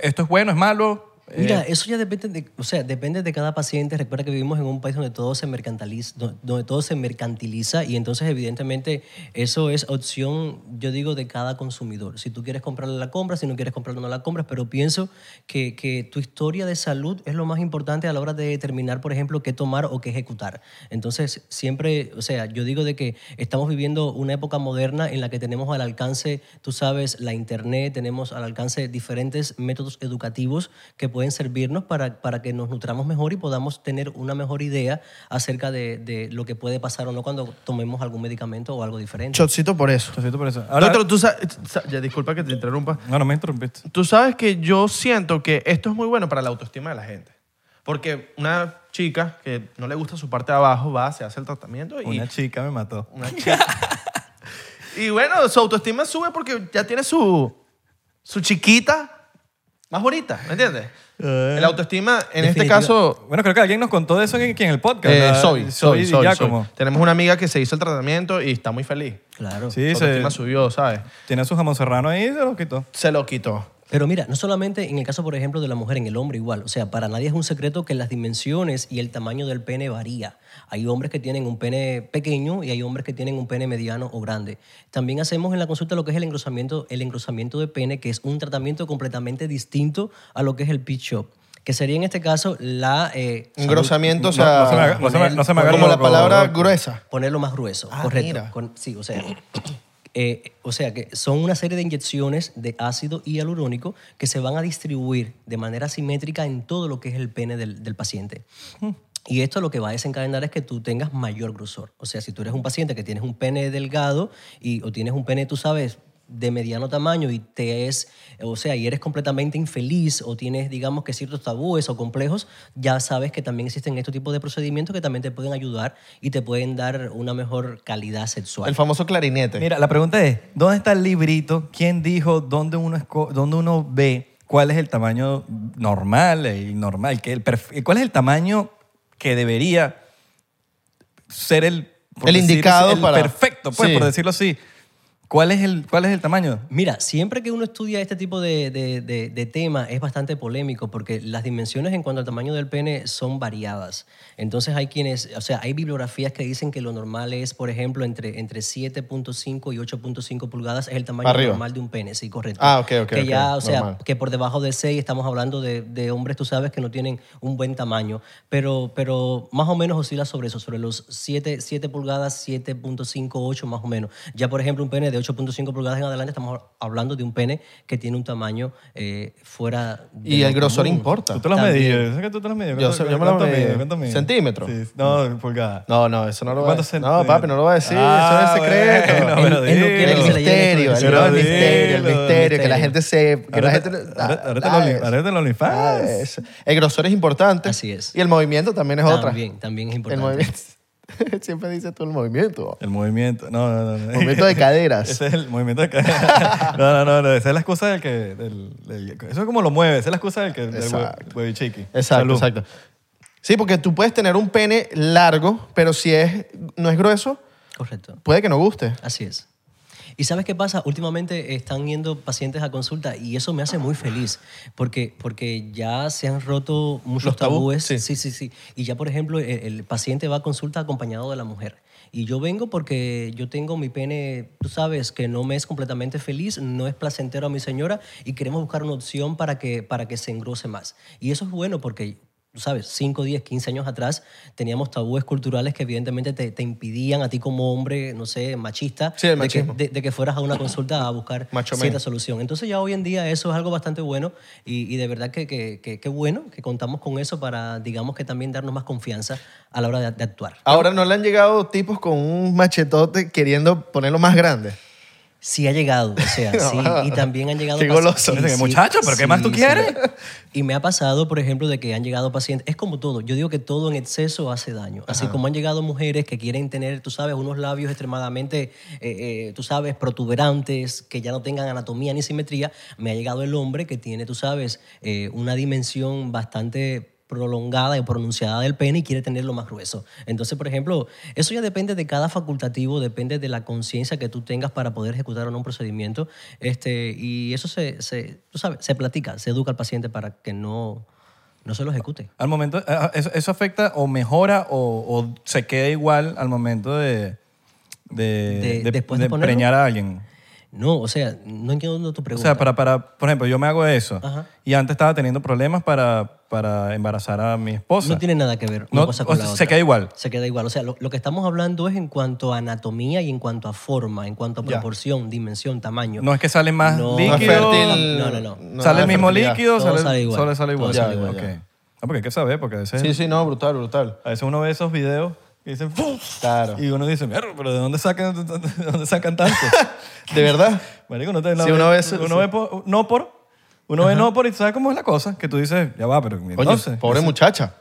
[SPEAKER 2] esto es bueno, es malo. Eh,
[SPEAKER 3] Mira, eso ya depende de, o sea, depende de cada paciente. Recuerda que vivimos en un país donde todo se mercantiliza, donde todo se mercantiliza y entonces evidentemente eso es opción, yo digo, de cada consumidor. Si tú quieres comprarla, la compras, si no quieres comprarla, no la compras, pero pienso que, que tu historia de salud es lo más importante a la hora de determinar, por ejemplo, qué tomar o qué ejecutar. Entonces, siempre, o sea, yo digo de que estamos viviendo una época moderna en la que tenemos al alcance, tú sabes, la internet, tenemos al alcance diferentes métodos educativos que pueden servirnos para, para que nos nutramos mejor y podamos tener una mejor idea acerca de, de lo que puede pasar o no cuando tomemos algún medicamento o algo diferente.
[SPEAKER 1] Chocito por eso.
[SPEAKER 2] lo siento por eso. Ahora-
[SPEAKER 1] Doctor, tú sabes, sa- ya, disculpa que te interrumpa.
[SPEAKER 2] no, no me interrumpiste.
[SPEAKER 1] Tú sabes que yo siento que esto es muy bueno para la autoestima de la gente. Porque una chica que no le gusta su parte de abajo va, se hace el tratamiento y...
[SPEAKER 2] Una chica me mató.
[SPEAKER 1] una chica. y bueno, su autoestima sube porque ya tiene su, su chiquita más bonita, ¿me entiendes?
[SPEAKER 2] Eh.
[SPEAKER 1] El autoestima, en este
[SPEAKER 3] Definitiva-
[SPEAKER 1] caso,
[SPEAKER 2] Bueno, creo que alguien nos contó de eso aquí en el podcast.
[SPEAKER 1] Eh,
[SPEAKER 2] ¿verdad?
[SPEAKER 1] soy, soy,
[SPEAKER 2] Di
[SPEAKER 1] soy,
[SPEAKER 2] Giacomo.
[SPEAKER 1] soy. Tenemos una amiga que se hizo el tratamiento y está muy feliz.
[SPEAKER 3] Claro.
[SPEAKER 2] Sí,
[SPEAKER 1] Su
[SPEAKER 2] se-
[SPEAKER 1] autoestima subió, ¿sabes?
[SPEAKER 2] tiene a su jamón serrano ahí y se lo quitó.
[SPEAKER 1] Se lo quitó.
[SPEAKER 3] Pero mira, no solamente en el caso, por ejemplo, de la mujer, en el hombre igual. O sea, para nadie es un secreto que las dimensiones y el tamaño del pene varía. Hay hombres que tienen un pene pequeño y hay hombres que tienen un pene mediano o grande. También hacemos en la consulta lo que es el engrosamiento, el engrosamiento de pene, que es un tratamiento completamente distinto a lo que es el pitch shop, que sería en este caso la... eh,
[SPEAKER 1] Engrosamiento, o
[SPEAKER 2] No,
[SPEAKER 1] sea,
[SPEAKER 2] no se me haga- no se me- no se me haga
[SPEAKER 1] como la
[SPEAKER 2] loco,
[SPEAKER 1] palabra
[SPEAKER 2] loco.
[SPEAKER 1] gruesa.
[SPEAKER 3] ponerlo más grueso.
[SPEAKER 1] Ah,
[SPEAKER 3] correcto.
[SPEAKER 1] mira.
[SPEAKER 3] Con- sí, o sea. eh, o sea, que son una serie de inyecciones de ácido hialurónico que se van a distribuir de manera simétrica en todo lo que es el pene del, del paciente.
[SPEAKER 1] Hmm.
[SPEAKER 3] Y esto lo que va a desencadenar es que tú tengas mayor grosor. O sea, si tú eres un paciente que tienes un pene delgado y, o tienes un pene, tú sabes, de mediano tamaño y te es, o sea, y eres completamente infeliz o tienes, digamos, que ciertos tabúes o complejos, ya sabes que también existen estos tipos de procedimientos que también te pueden ayudar y te pueden dar una mejor calidad sexual.
[SPEAKER 1] El famoso clarinete.
[SPEAKER 2] Mira, la pregunta es, ¿dónde está el librito? ¿Quién dijo dónde uno, esco- dónde uno ve cuál es el tamaño normal, el normal, que el perf- cuál es el tamaño que debería ser el, por
[SPEAKER 1] El indicado
[SPEAKER 2] el
[SPEAKER 1] para-
[SPEAKER 2] perfecto, pues,
[SPEAKER 1] sí.
[SPEAKER 2] por decirlo así? ¿Cuál es el, cuál es el tamaño?
[SPEAKER 3] Mira, siempre que uno estudia este tipo de, de, de- de tema es bastante polémico porque las dimensiones en cuanto al tamaño del pene son variadas. Entonces hay quienes, o sea, hay bibliografías que dicen que lo normal es, por ejemplo, entre, entre 7.5 y 8.5 pulgadas es el tamaño
[SPEAKER 1] Arriba.
[SPEAKER 3] normal de un pene, sí, correcto.
[SPEAKER 1] Ah, ok, ok,
[SPEAKER 3] Que
[SPEAKER 1] ok,
[SPEAKER 3] ya, o sea,
[SPEAKER 1] normal.
[SPEAKER 3] que por debajo de 6 estamos hablando de, de hombres, tú sabes, que no tienen un buen tamaño, pero, pero más o menos oscila sobre eso, sobre los 7, 7 pulgadas, 7.5, 8 más o menos. Ya, por ejemplo, un pene de 8.5 pulgadas en adelante, estamos hablando de un pene que tiene un tamaño eh, fuera de
[SPEAKER 1] Y
[SPEAKER 3] lo
[SPEAKER 1] el grosor
[SPEAKER 3] común.
[SPEAKER 1] importa.
[SPEAKER 2] Uh, Tú te lo has
[SPEAKER 3] También.
[SPEAKER 2] medido. Yo sé que tú te lo has medido.
[SPEAKER 1] Yo
[SPEAKER 2] ¿Cuánto-
[SPEAKER 1] sé- yo me lo he
[SPEAKER 2] cuánto
[SPEAKER 1] medido.
[SPEAKER 2] mide? ¿Cuánto mide?
[SPEAKER 1] ¿Centímetro?
[SPEAKER 2] Sí, No, pulgada.
[SPEAKER 1] No, no, eso no lo voy a
[SPEAKER 2] ¿Cuántos
[SPEAKER 1] decir. No,
[SPEAKER 2] centímetros?
[SPEAKER 1] papi, no lo voy a decir.
[SPEAKER 2] Ah,
[SPEAKER 1] eso es secreto.
[SPEAKER 2] bueno,
[SPEAKER 1] El-
[SPEAKER 2] pero
[SPEAKER 3] Él no
[SPEAKER 2] dilo.
[SPEAKER 3] quiere
[SPEAKER 1] el
[SPEAKER 3] que se le llegue
[SPEAKER 1] misterio, el,
[SPEAKER 3] todo eso.
[SPEAKER 1] el
[SPEAKER 2] Pero
[SPEAKER 1] misterio, el
[SPEAKER 2] dilo,
[SPEAKER 1] misterio, que la
[SPEAKER 3] misterio.
[SPEAKER 1] gente se... Que la gente,
[SPEAKER 2] Ahora- ahora te
[SPEAKER 1] nada
[SPEAKER 2] lo-
[SPEAKER 1] de eso,
[SPEAKER 2] ahora te lo OnlyFans.
[SPEAKER 1] nada de eso. El grosor es importante.
[SPEAKER 3] Así es.
[SPEAKER 1] Y el movimiento también es otra.
[SPEAKER 3] También, también es
[SPEAKER 1] El
[SPEAKER 3] importante.
[SPEAKER 1] movimiento. Siempre dices tú el movimiento.
[SPEAKER 2] El movimiento. No, no, no. no.
[SPEAKER 1] Movimiento de caderas.
[SPEAKER 2] Ese es el movimiento de caderas. No, no, no, no. Esa es la excusa del que. del- del- eso es como lo mueve. Esa es la excusa del que. Del hue-
[SPEAKER 1] Exacto.
[SPEAKER 2] huevichiqui.
[SPEAKER 1] Exacto,
[SPEAKER 2] Salud.
[SPEAKER 1] exacto. Sí, porque tú puedes tener un pene largo, pero si es, no es grueso,
[SPEAKER 3] Correcto.
[SPEAKER 1] puede que no guste.
[SPEAKER 3] Así es. ¿Y sabes qué pasa? Últimamente están yendo pacientes a consulta y eso me hace muy feliz porque, porque ya se han roto muchos
[SPEAKER 1] Los tabú,
[SPEAKER 3] tabúes.
[SPEAKER 1] sí.
[SPEAKER 3] sí, sí, sí. Y ya, por ejemplo, el, el paciente va a consulta acompañado de la mujer. Y yo vengo porque yo tengo mi pene, tú sabes, que no me es completamente feliz, no es placentero a mi señora y queremos buscar una opción para que, para que se engrose más. Y eso es bueno porque tú sabes, 5, 10, 15 años atrás teníamos tabúes culturales que evidentemente te, te impidían a ti como hombre, no sé, machista,
[SPEAKER 1] Sí, el
[SPEAKER 3] de, que,
[SPEAKER 1] machismo.
[SPEAKER 3] de- de que fueras a una consulta a buscar
[SPEAKER 1] Macho
[SPEAKER 3] cierta
[SPEAKER 1] man.
[SPEAKER 3] solución. Entonces ya hoy en día eso es algo bastante bueno y, y de verdad que que- que- que bueno que contamos con eso para, digamos que también darnos más confianza a la hora de, de actuar.
[SPEAKER 1] Ahora no le han llegado tipos con un machetote queriendo ponerlo más grande.
[SPEAKER 3] Sí ha llegado, o sea, sí. Y también han llegado...
[SPEAKER 1] Qué
[SPEAKER 3] paci-
[SPEAKER 1] goloso.
[SPEAKER 3] sí,
[SPEAKER 2] Dice que,
[SPEAKER 3] sí,
[SPEAKER 2] "Muchacho, ¿pero qué más tú quieres?"
[SPEAKER 3] Y me ha pasado, por ejemplo, de que han llegado pacientes... Es como todo. Yo digo que todo en exceso hace daño. Así como han llegado mujeres que quieren tener, tú sabes, unos labios extremadamente, eh, eh, tú sabes, protuberantes, que ya no tengan anatomía ni simetría, me ha llegado el hombre que tiene, tú sabes, eh, una dimensión bastante prolongada y pronunciada del pene y quiere tenerlo más grueso. Entonces, por ejemplo, eso ya depende de cada facultativo, depende de la conciencia que tú tengas para poder ejecutar o no un procedimiento. Este, y eso se, se, tú sabes, se platica, se educa al paciente para que no, no se lo ejecute.
[SPEAKER 2] Al momento, ah, eso, eso afecta o mejora o, o se queda igual al momento de, de,
[SPEAKER 3] De- después de ponerlo.
[SPEAKER 2] preñar a alguien.
[SPEAKER 3] No, o sea, no entiendo tu
[SPEAKER 2] O
[SPEAKER 3] pregunta.
[SPEAKER 2] sea, para, para, por ejemplo, yo me hago eso
[SPEAKER 3] Ajá.
[SPEAKER 2] y antes estaba teniendo problemas para, para embarazar a mi esposa.
[SPEAKER 3] no tiene nada que ver una
[SPEAKER 2] No,
[SPEAKER 3] cosa
[SPEAKER 2] o
[SPEAKER 3] con la
[SPEAKER 2] sea, se
[SPEAKER 3] otra.
[SPEAKER 2] queda igual.
[SPEAKER 3] Se queda igual. O sea, lo, lo que estamos hablando es en cuanto a anatomía y en cuanto a forma, en cuanto a proporción, dimensión, tamaño.
[SPEAKER 2] No es que sale más
[SPEAKER 3] No.
[SPEAKER 1] No es
[SPEAKER 2] líquido.
[SPEAKER 1] fértil.
[SPEAKER 3] No, no,
[SPEAKER 2] sale
[SPEAKER 3] no.
[SPEAKER 1] nada
[SPEAKER 2] el
[SPEAKER 1] de
[SPEAKER 2] mismo
[SPEAKER 1] fertilidad.
[SPEAKER 2] líquido,
[SPEAKER 3] Todo
[SPEAKER 2] sale,
[SPEAKER 3] sale igual.
[SPEAKER 2] Solo sale igual.
[SPEAKER 3] Todo
[SPEAKER 1] sale igual,
[SPEAKER 2] Ok.
[SPEAKER 1] ya.
[SPEAKER 2] No, porque hay que saber, porque a veces,
[SPEAKER 1] Sí, sí, no, brutal, brutal.
[SPEAKER 2] a veces uno ve esos videos y dicen, "Fu".
[SPEAKER 1] Claro.
[SPEAKER 2] Y uno dice, "Mierda, pero ¿de dónde sacan, de dónde sacan tanto?
[SPEAKER 1] ¿De verdad?
[SPEAKER 2] Marico, no te
[SPEAKER 1] Sí, uno ve eso,
[SPEAKER 2] uno
[SPEAKER 1] sí.
[SPEAKER 2] ve por- no por, uno ve no por y sabes cómo es la cosa, que tú dices, ya va, pero
[SPEAKER 1] Coño,
[SPEAKER 2] entonces.
[SPEAKER 1] pobre muchacha.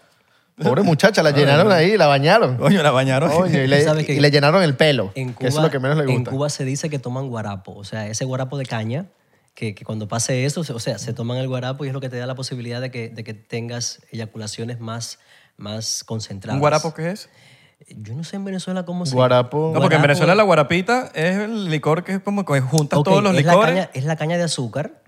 [SPEAKER 1] Pobre muchacha, la llenaron ahí, la bañaron.
[SPEAKER 2] Coño, la bañaron.
[SPEAKER 1] Coño, y
[SPEAKER 3] ¿Sabes
[SPEAKER 1] le,
[SPEAKER 3] qué?
[SPEAKER 1] y le llenaron el pelo.
[SPEAKER 3] En
[SPEAKER 1] que eso es lo que menos le
[SPEAKER 3] en
[SPEAKER 1] gusta.
[SPEAKER 3] Cuba se dice que toman guarapo, o sea, ese guarapo de caña, que, que cuando pase eso, o sea, se toman el guarapo y es lo que te da la posibilidad de que, de que tengas eyaculaciones más, más concentradas.
[SPEAKER 2] ¿Un guarapo qué es?
[SPEAKER 3] Yo no sé en Venezuela cómo se...
[SPEAKER 1] Guarapo.
[SPEAKER 2] No, porque en
[SPEAKER 3] Guarapo.
[SPEAKER 2] Venezuela la guarapita es el licor que es como que juntas
[SPEAKER 3] Ok,
[SPEAKER 2] todos los
[SPEAKER 3] es La
[SPEAKER 2] licores.
[SPEAKER 3] caña, es la caña de azúcar,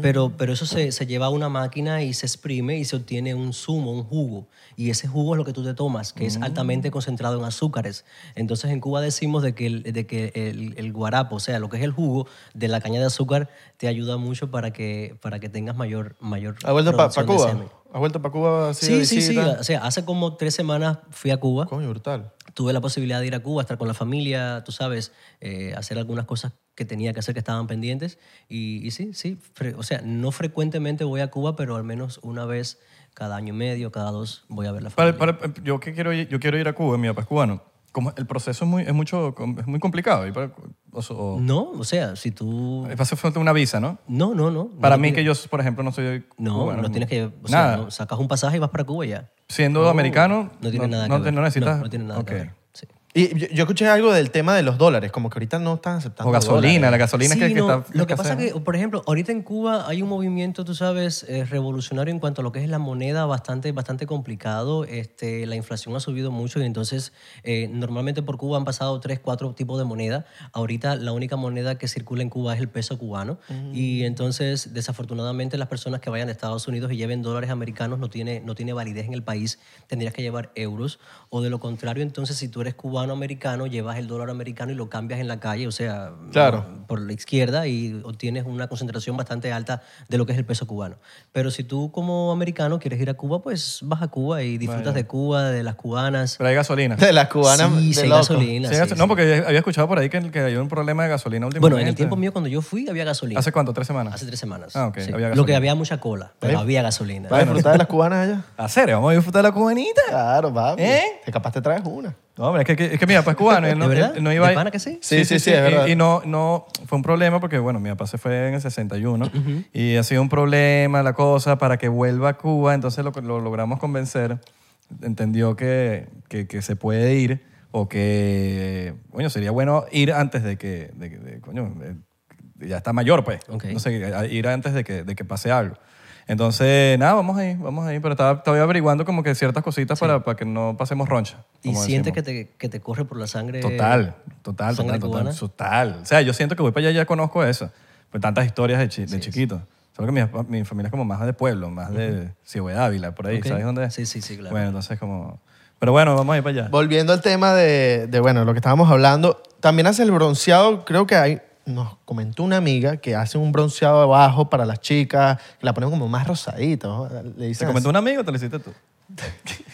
[SPEAKER 3] pero, pero eso se, se lleva a una máquina y se exprime y se obtiene un zumo, un jugo. Y ese jugo es lo que tú te tomas, que es altamente concentrado en azúcares. Entonces en Cuba decimos de que, el, de que el, el guarapo, o sea, lo que es el jugo de la caña de azúcar, te ayuda mucho para que, para que tengas mayor, mayor
[SPEAKER 1] ¿Has vuelto para
[SPEAKER 3] producción de
[SPEAKER 1] Cuba?
[SPEAKER 3] semen.
[SPEAKER 1] ¿Has vuelto para Cuba así de
[SPEAKER 3] Sí, sí, sí.
[SPEAKER 1] visita?
[SPEAKER 3] O sea, hace como tres semanas fui a Cuba
[SPEAKER 1] Coño, brutal.
[SPEAKER 3] tuve la posibilidad de ir a Cuba, estar con la familia, tú sabes, eh, hacer algunas cosas que tenía que hacer que estaban pendientes. Y, y sí, sí, fre- o sea, no frecuentemente voy a Cuba, pero al menos una vez cada año y medio, cada dos, voy a ver la
[SPEAKER 2] Para-
[SPEAKER 3] familia.
[SPEAKER 2] para- yo, que quiero, ir- yo quiero ir a Cuba, mi papá es cubano. Como el proceso es muy, es mucho, es muy complicado. Y para- o so- o-
[SPEAKER 3] No, o sea, si tú...
[SPEAKER 2] hace falta una visa, ¿no?
[SPEAKER 3] No, no, no.
[SPEAKER 2] Para
[SPEAKER 3] Mm. no,
[SPEAKER 2] mí, que yo, por ejemplo, no soy
[SPEAKER 3] No,
[SPEAKER 2] cubano.
[SPEAKER 3] no tienes que... O
[SPEAKER 2] nada.
[SPEAKER 3] sea, no, sacas un pasaje y vas para Cuba y ya.
[SPEAKER 2] Siendo americano,
[SPEAKER 3] No tiene nada que
[SPEAKER 2] no,
[SPEAKER 3] ver.
[SPEAKER 2] no necesitas...
[SPEAKER 3] No, no tiene nada
[SPEAKER 2] Ok.
[SPEAKER 3] que ver. Sí.
[SPEAKER 1] Y yo, yo escuché algo del tema de los dólares, como que ahorita no están aceptando.
[SPEAKER 2] O gasolina,
[SPEAKER 1] dólares.
[SPEAKER 2] la gasolina
[SPEAKER 3] Sí,
[SPEAKER 2] es que, que
[SPEAKER 3] no,
[SPEAKER 2] está.
[SPEAKER 3] Lo que pasa
[SPEAKER 2] escasea.
[SPEAKER 3] que, por ejemplo, ahorita en Cuba hay un movimiento, tú sabes, eh, revolucionario en cuanto a lo que es la moneda, bastante, bastante complicado. Este, la inflación ha subido mucho y entonces eh, normalmente por Cuba han pasado tres, cuatro tipos de moneda. Ahorita la única moneda que circula en Cuba es el peso cubano y entonces desafortunadamente las personas que vayan de Estados Unidos y lleven dólares americanos no tiene, no tiene validez en el país. Tendrías que llevar euros o de lo contrario, entonces si tú eres cubano-americano, llevas el dólar americano y lo cambias en la calle, o sea...
[SPEAKER 2] Claro.
[SPEAKER 3] por la izquierda y obtienes una concentración bastante alta de lo que es el peso cubano. Pero si tú como americano quieres ir a Cuba, pues vas a Cuba y disfrutas de Cuba, de las cubanas.
[SPEAKER 2] Pero hay gasolina.
[SPEAKER 1] De las cubanas.
[SPEAKER 3] sí,
[SPEAKER 1] de
[SPEAKER 3] sí, hay
[SPEAKER 1] loco.
[SPEAKER 3] gasolina.
[SPEAKER 2] Sí,
[SPEAKER 3] sí,
[SPEAKER 2] gaso-
[SPEAKER 3] sí.
[SPEAKER 2] no, porque había escuchado por ahí que, que hay un problema de gasolina últimamente.
[SPEAKER 3] Bueno, en el tiempo mío cuando yo fui había gasolina.
[SPEAKER 2] ¿Hace cuánto? ¿Tres semanas?
[SPEAKER 3] Hace tres semanas.
[SPEAKER 2] Ah, ok,
[SPEAKER 3] sí.
[SPEAKER 2] había
[SPEAKER 3] Lo que
[SPEAKER 2] gasolina.
[SPEAKER 3] había mucha cola, pero había gasolina.
[SPEAKER 1] ¿Vas a disfrutar de las cubanas allá?
[SPEAKER 2] ¿A serio? ¿Vamos a disfrutar de la cubanita?
[SPEAKER 1] Claro, papi.
[SPEAKER 2] ¿Eh?
[SPEAKER 1] Te capaz te traes una.
[SPEAKER 2] No, hombre, es que, que- es que mi papá es cubano. y él no,
[SPEAKER 3] ¿De verdad?
[SPEAKER 2] él no iba
[SPEAKER 3] ¿De
[SPEAKER 2] a-
[SPEAKER 3] pana que sí?
[SPEAKER 1] Sí, sí, sí, es
[SPEAKER 2] y-
[SPEAKER 1] verdad.
[SPEAKER 2] Y, no, no, fue un problema porque, bueno, mi papá se fue en el 61 y ha sido un problema la cosa para que vuelva a Cuba. Entonces lo, lo logramos convencer. Entendió que, que, que se puede ir o que, coño, sería bueno ir antes de que, de que- de- coño, eh, ya está mayor, pues.
[SPEAKER 3] Ok.
[SPEAKER 2] No sé, a- ir antes de que, de que pase algo. Entonces, nada, vamos ahí, vamos ahí. Pero estaba, estaba averiguando como que ciertas cositas para, para que no pasemos roncha.
[SPEAKER 3] y
[SPEAKER 2] como
[SPEAKER 3] sientes
[SPEAKER 2] decimos.
[SPEAKER 3] que te, que te corre por la sangre.
[SPEAKER 2] Total, total,
[SPEAKER 3] sangre
[SPEAKER 2] total, total,
[SPEAKER 3] cubana.
[SPEAKER 2] total. O sea, yo siento que voy para allá y ya conozco eso. Pues tantas historias de, chi- de chiquito. Solo que mi, pa- mi familia es como más de pueblo, más de Ciego de Ávila, por ahí,
[SPEAKER 3] Ok.
[SPEAKER 2] ¿sabes dónde es?
[SPEAKER 3] Sí, sí, sí, claro.
[SPEAKER 2] Bueno, entonces como... Pero bueno, vamos a ir para allá.
[SPEAKER 1] Volviendo al tema de, de, bueno, lo que estábamos hablando, también hace el bronceado, creo que hay, nos comentó una amiga que hace un bronceado abajo para las chicas, que la ponen como más rosadita, ¿no? le
[SPEAKER 2] ¿Te
[SPEAKER 1] dicen
[SPEAKER 2] comentó un amigo o te lo hiciste tú?
[SPEAKER 1] así.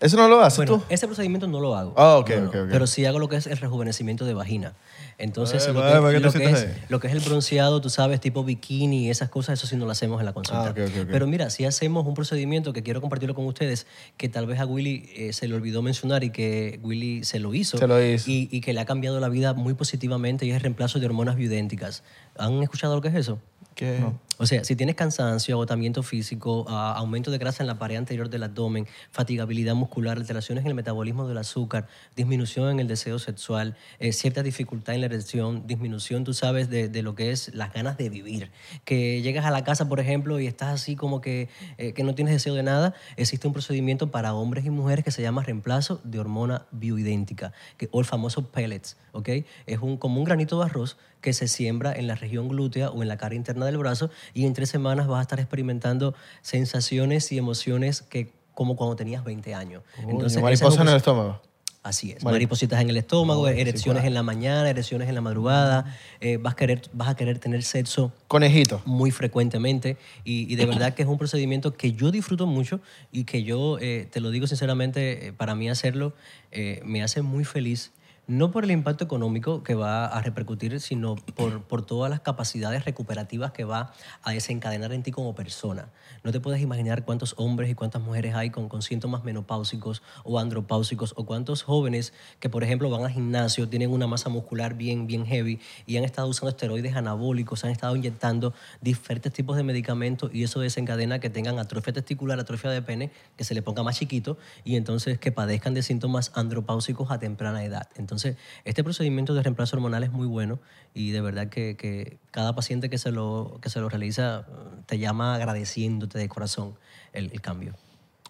[SPEAKER 1] Eso no lo haces
[SPEAKER 3] Bueno,
[SPEAKER 1] tú.
[SPEAKER 3] ese procedimiento no lo hago.
[SPEAKER 1] Ah, ok,
[SPEAKER 3] No, no.
[SPEAKER 1] ok, ok.
[SPEAKER 3] Pero sí hago lo que es el rejuvenecimiento de vagina. Entonces,
[SPEAKER 2] Eh,
[SPEAKER 3] lo,
[SPEAKER 2] vale, ¿para qué
[SPEAKER 3] que,
[SPEAKER 2] te
[SPEAKER 3] lo, que
[SPEAKER 2] sientas
[SPEAKER 3] es,
[SPEAKER 2] ahí?
[SPEAKER 3] lo que es el bronceado, tú sabes, tipo bikini y esas cosas, eso sí no lo hacemos en la consulta.
[SPEAKER 1] Ah, ok, ok, ok.
[SPEAKER 3] Pero mira, si hacemos un procedimiento que quiero compartirlo con ustedes, que tal vez a Willy eh, se le olvidó mencionar y que Willy se lo hizo.
[SPEAKER 1] Se lo hizo.
[SPEAKER 3] Y, y que le ha cambiado la vida muy positivamente y es el reemplazo de hormonas bioidénticas. ¿Han escuchado lo que es eso?
[SPEAKER 1] Que-
[SPEAKER 3] O sea, si tienes cansancio, agotamiento físico, a- aumento de grasa en la pared anterior del abdomen, fatigabilidad muscular, alteraciones en el metabolismo del azúcar, disminución en el deseo sexual, eh, cierta dificultad en la erección, disminución, tú sabes, de, de lo que es las ganas de vivir. Que llegas a la casa, por ejemplo, y estás así como que, eh, que no tienes deseo de nada, existe un procedimiento para hombres y mujeres que se llama reemplazo de hormona bioidéntica, que, o el famoso pellets, ¿ok? Es un, como un granito de arroz que se siembra en la región glútea o en la cara interna del brazo y en tres semanas vas a estar experimentando sensaciones y emociones que como cuando tenías 20 años.
[SPEAKER 1] Coño,
[SPEAKER 3] Entonces,
[SPEAKER 1] mariposa
[SPEAKER 3] esas
[SPEAKER 1] en el
[SPEAKER 3] mujeres-
[SPEAKER 1] estómago.
[SPEAKER 3] Así es.
[SPEAKER 1] Mari-
[SPEAKER 3] Maripositas en el estómago, erecciones en la mañana, erecciones en la madrugada. eh, vas, querer, vas a querer tener sexo
[SPEAKER 1] Conejito.
[SPEAKER 3] muy frecuentemente y, y de verdad que es un procedimiento que yo disfruto mucho y que yo, eh, te lo digo sinceramente, eh, para mí hacerlo eh, me hace muy feliz. No por el impacto económico que va a repercutir, sino por, por todas las capacidades recuperativas que va a desencadenar en ti como persona. No te puedes imaginar cuántos hombres y cuántas mujeres hay con, con síntomas menopáusicos o andropáusicos o cuántos jóvenes que, por ejemplo, van al gimnasio, tienen una masa muscular bien, bien heavy y han estado usando esteroides anabólicos, han estado inyectando diferentes tipos de medicamentos y eso desencadena que tengan atrofia testicular, atrofia de pene, que se le ponga más chiquito y entonces que padezcan de síntomas andropáusicos a temprana edad. Entonces, este procedimiento de reemplazo hormonal es muy bueno y de verdad que, que cada paciente que se, lo, que se lo realiza eh, te llama agradeciéndote de corazón el, el cambio.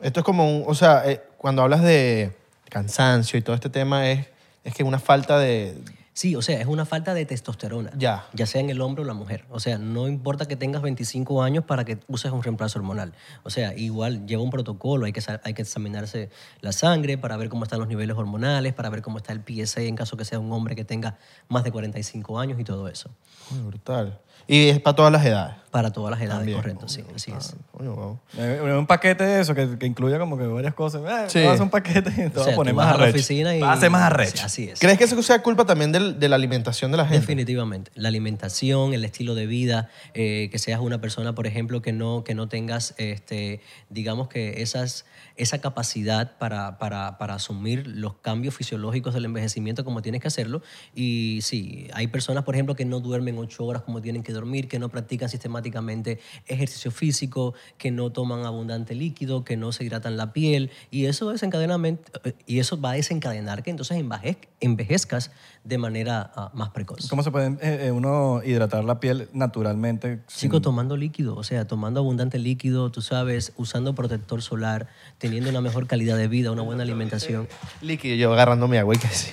[SPEAKER 1] Esto es como un, o sea, eh, cuando hablas de cansancio y todo este tema es, es que una falta de...
[SPEAKER 3] Sí, o sea, es una falta de testosterona.
[SPEAKER 1] Ya.
[SPEAKER 3] Ya sea en el hombre o la mujer. O sea, no importa que tengas 25 años para que uses un reemplazo hormonal. O sea, igual lleva un protocolo, hay que, sa- hay que examinarse la sangre para ver cómo están los niveles hormonales, para ver cómo está el PSA en caso que sea un hombre que tenga más de 45 años y todo eso.
[SPEAKER 1] Coño, brutal. Y es para todas las edades.
[SPEAKER 3] Para todas las edades,
[SPEAKER 1] También,
[SPEAKER 3] correcto,
[SPEAKER 1] coño,
[SPEAKER 3] sí, así es.
[SPEAKER 1] Coño, wow.
[SPEAKER 2] Eh, Un paquete de eso que, que incluya como que varias cosas. Eh,
[SPEAKER 1] Sí.
[SPEAKER 2] Vas a hacer un paquete y te
[SPEAKER 3] O
[SPEAKER 2] vas
[SPEAKER 3] sea,
[SPEAKER 2] a poner
[SPEAKER 3] tú
[SPEAKER 2] más
[SPEAKER 3] vas a la
[SPEAKER 2] arrecho.
[SPEAKER 3] oficina y...
[SPEAKER 2] Vas a ser más arrecho.
[SPEAKER 3] Así es.
[SPEAKER 1] ¿Crees que eso sea culpa también del- de la alimentación de la gente?
[SPEAKER 3] Definitivamente. La alimentación, el estilo de vida, eh, que seas una persona, por ejemplo, que no, que no tengas, este, digamos que esas, esa capacidad para, para, para asumir los cambios fisiológicos del envejecimiento como tienes que hacerlo. Y sí, hay personas, por ejemplo, que no duermen ocho horas como tienen que dormir, que no practican sistemáticamente ejercicio físico, que no toman abundante líquido, que no se hidratan la piel. Y eso, desencadenamen- y eso va a desencadenar que entonces envejez- envejezcas de manera ah, más precoz.
[SPEAKER 2] ¿Cómo se puede eh, eh, uno hidratar la piel naturalmente? sin-
[SPEAKER 3] Sigo tomando líquido, o sea, tomando abundante líquido, tú sabes, usando protector solar, teniendo una mejor calidad de vida, una buena alimentación,
[SPEAKER 1] Líquido, yo agarrando mi agua y que sí.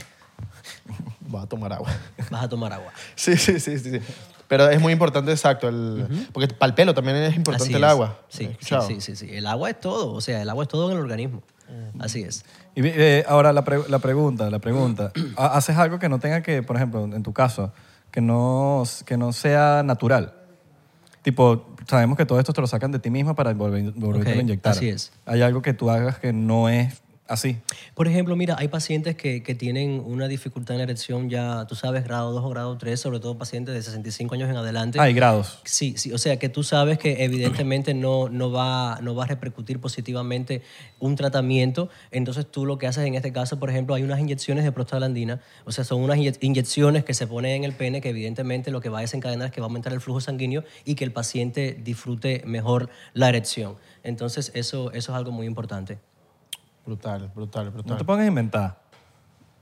[SPEAKER 1] Voy a tomar agua.
[SPEAKER 3] vas a tomar agua.
[SPEAKER 1] Sí, sí, sí, sí. sí. Pero es muy importante, exacto. El, Porque para el pelo también es importante
[SPEAKER 3] Así
[SPEAKER 1] el
[SPEAKER 3] es.
[SPEAKER 1] agua.
[SPEAKER 3] Sí,
[SPEAKER 1] ¿Has
[SPEAKER 3] sí,
[SPEAKER 1] escuchado?
[SPEAKER 3] sí, sí, sí. El agua es todo, o sea, el agua es todo en el organismo. Así es.
[SPEAKER 2] Y, eh, ahora la, pre- la pregunta, la pregunta. Ha- ¿Haces algo que no tenga que, por ejemplo, en tu caso, que no, que no sea natural? Tipo, sabemos que todo esto te lo sacan de ti misma para volver, volverte
[SPEAKER 3] Ok,
[SPEAKER 2] a inyectar.
[SPEAKER 3] así es.
[SPEAKER 2] ¿Hay algo que tú hagas que no es así?
[SPEAKER 3] Por ejemplo, mira, hay pacientes que, que tienen una dificultad en la erección ya, tú sabes, grado 2 o grado 3, sobre todo pacientes de 65 años en adelante.
[SPEAKER 2] Hay grados.
[SPEAKER 3] Sí, sí, o sea que tú sabes que evidentemente no, no, va, no va a repercutir positivamente un tratamiento, entonces tú lo que haces en este caso, por ejemplo, hay unas inyecciones de prostaglandina, o sea, son unas inye- inyecciones que se ponen en el pene que evidentemente lo que va a desencadenar es que va a aumentar el flujo sanguíneo y que el paciente disfrute mejor la erección. Entonces eso, eso es algo muy importante.
[SPEAKER 1] Brutal, brutal,
[SPEAKER 2] No
[SPEAKER 1] brutal.
[SPEAKER 2] te pongas a inventar.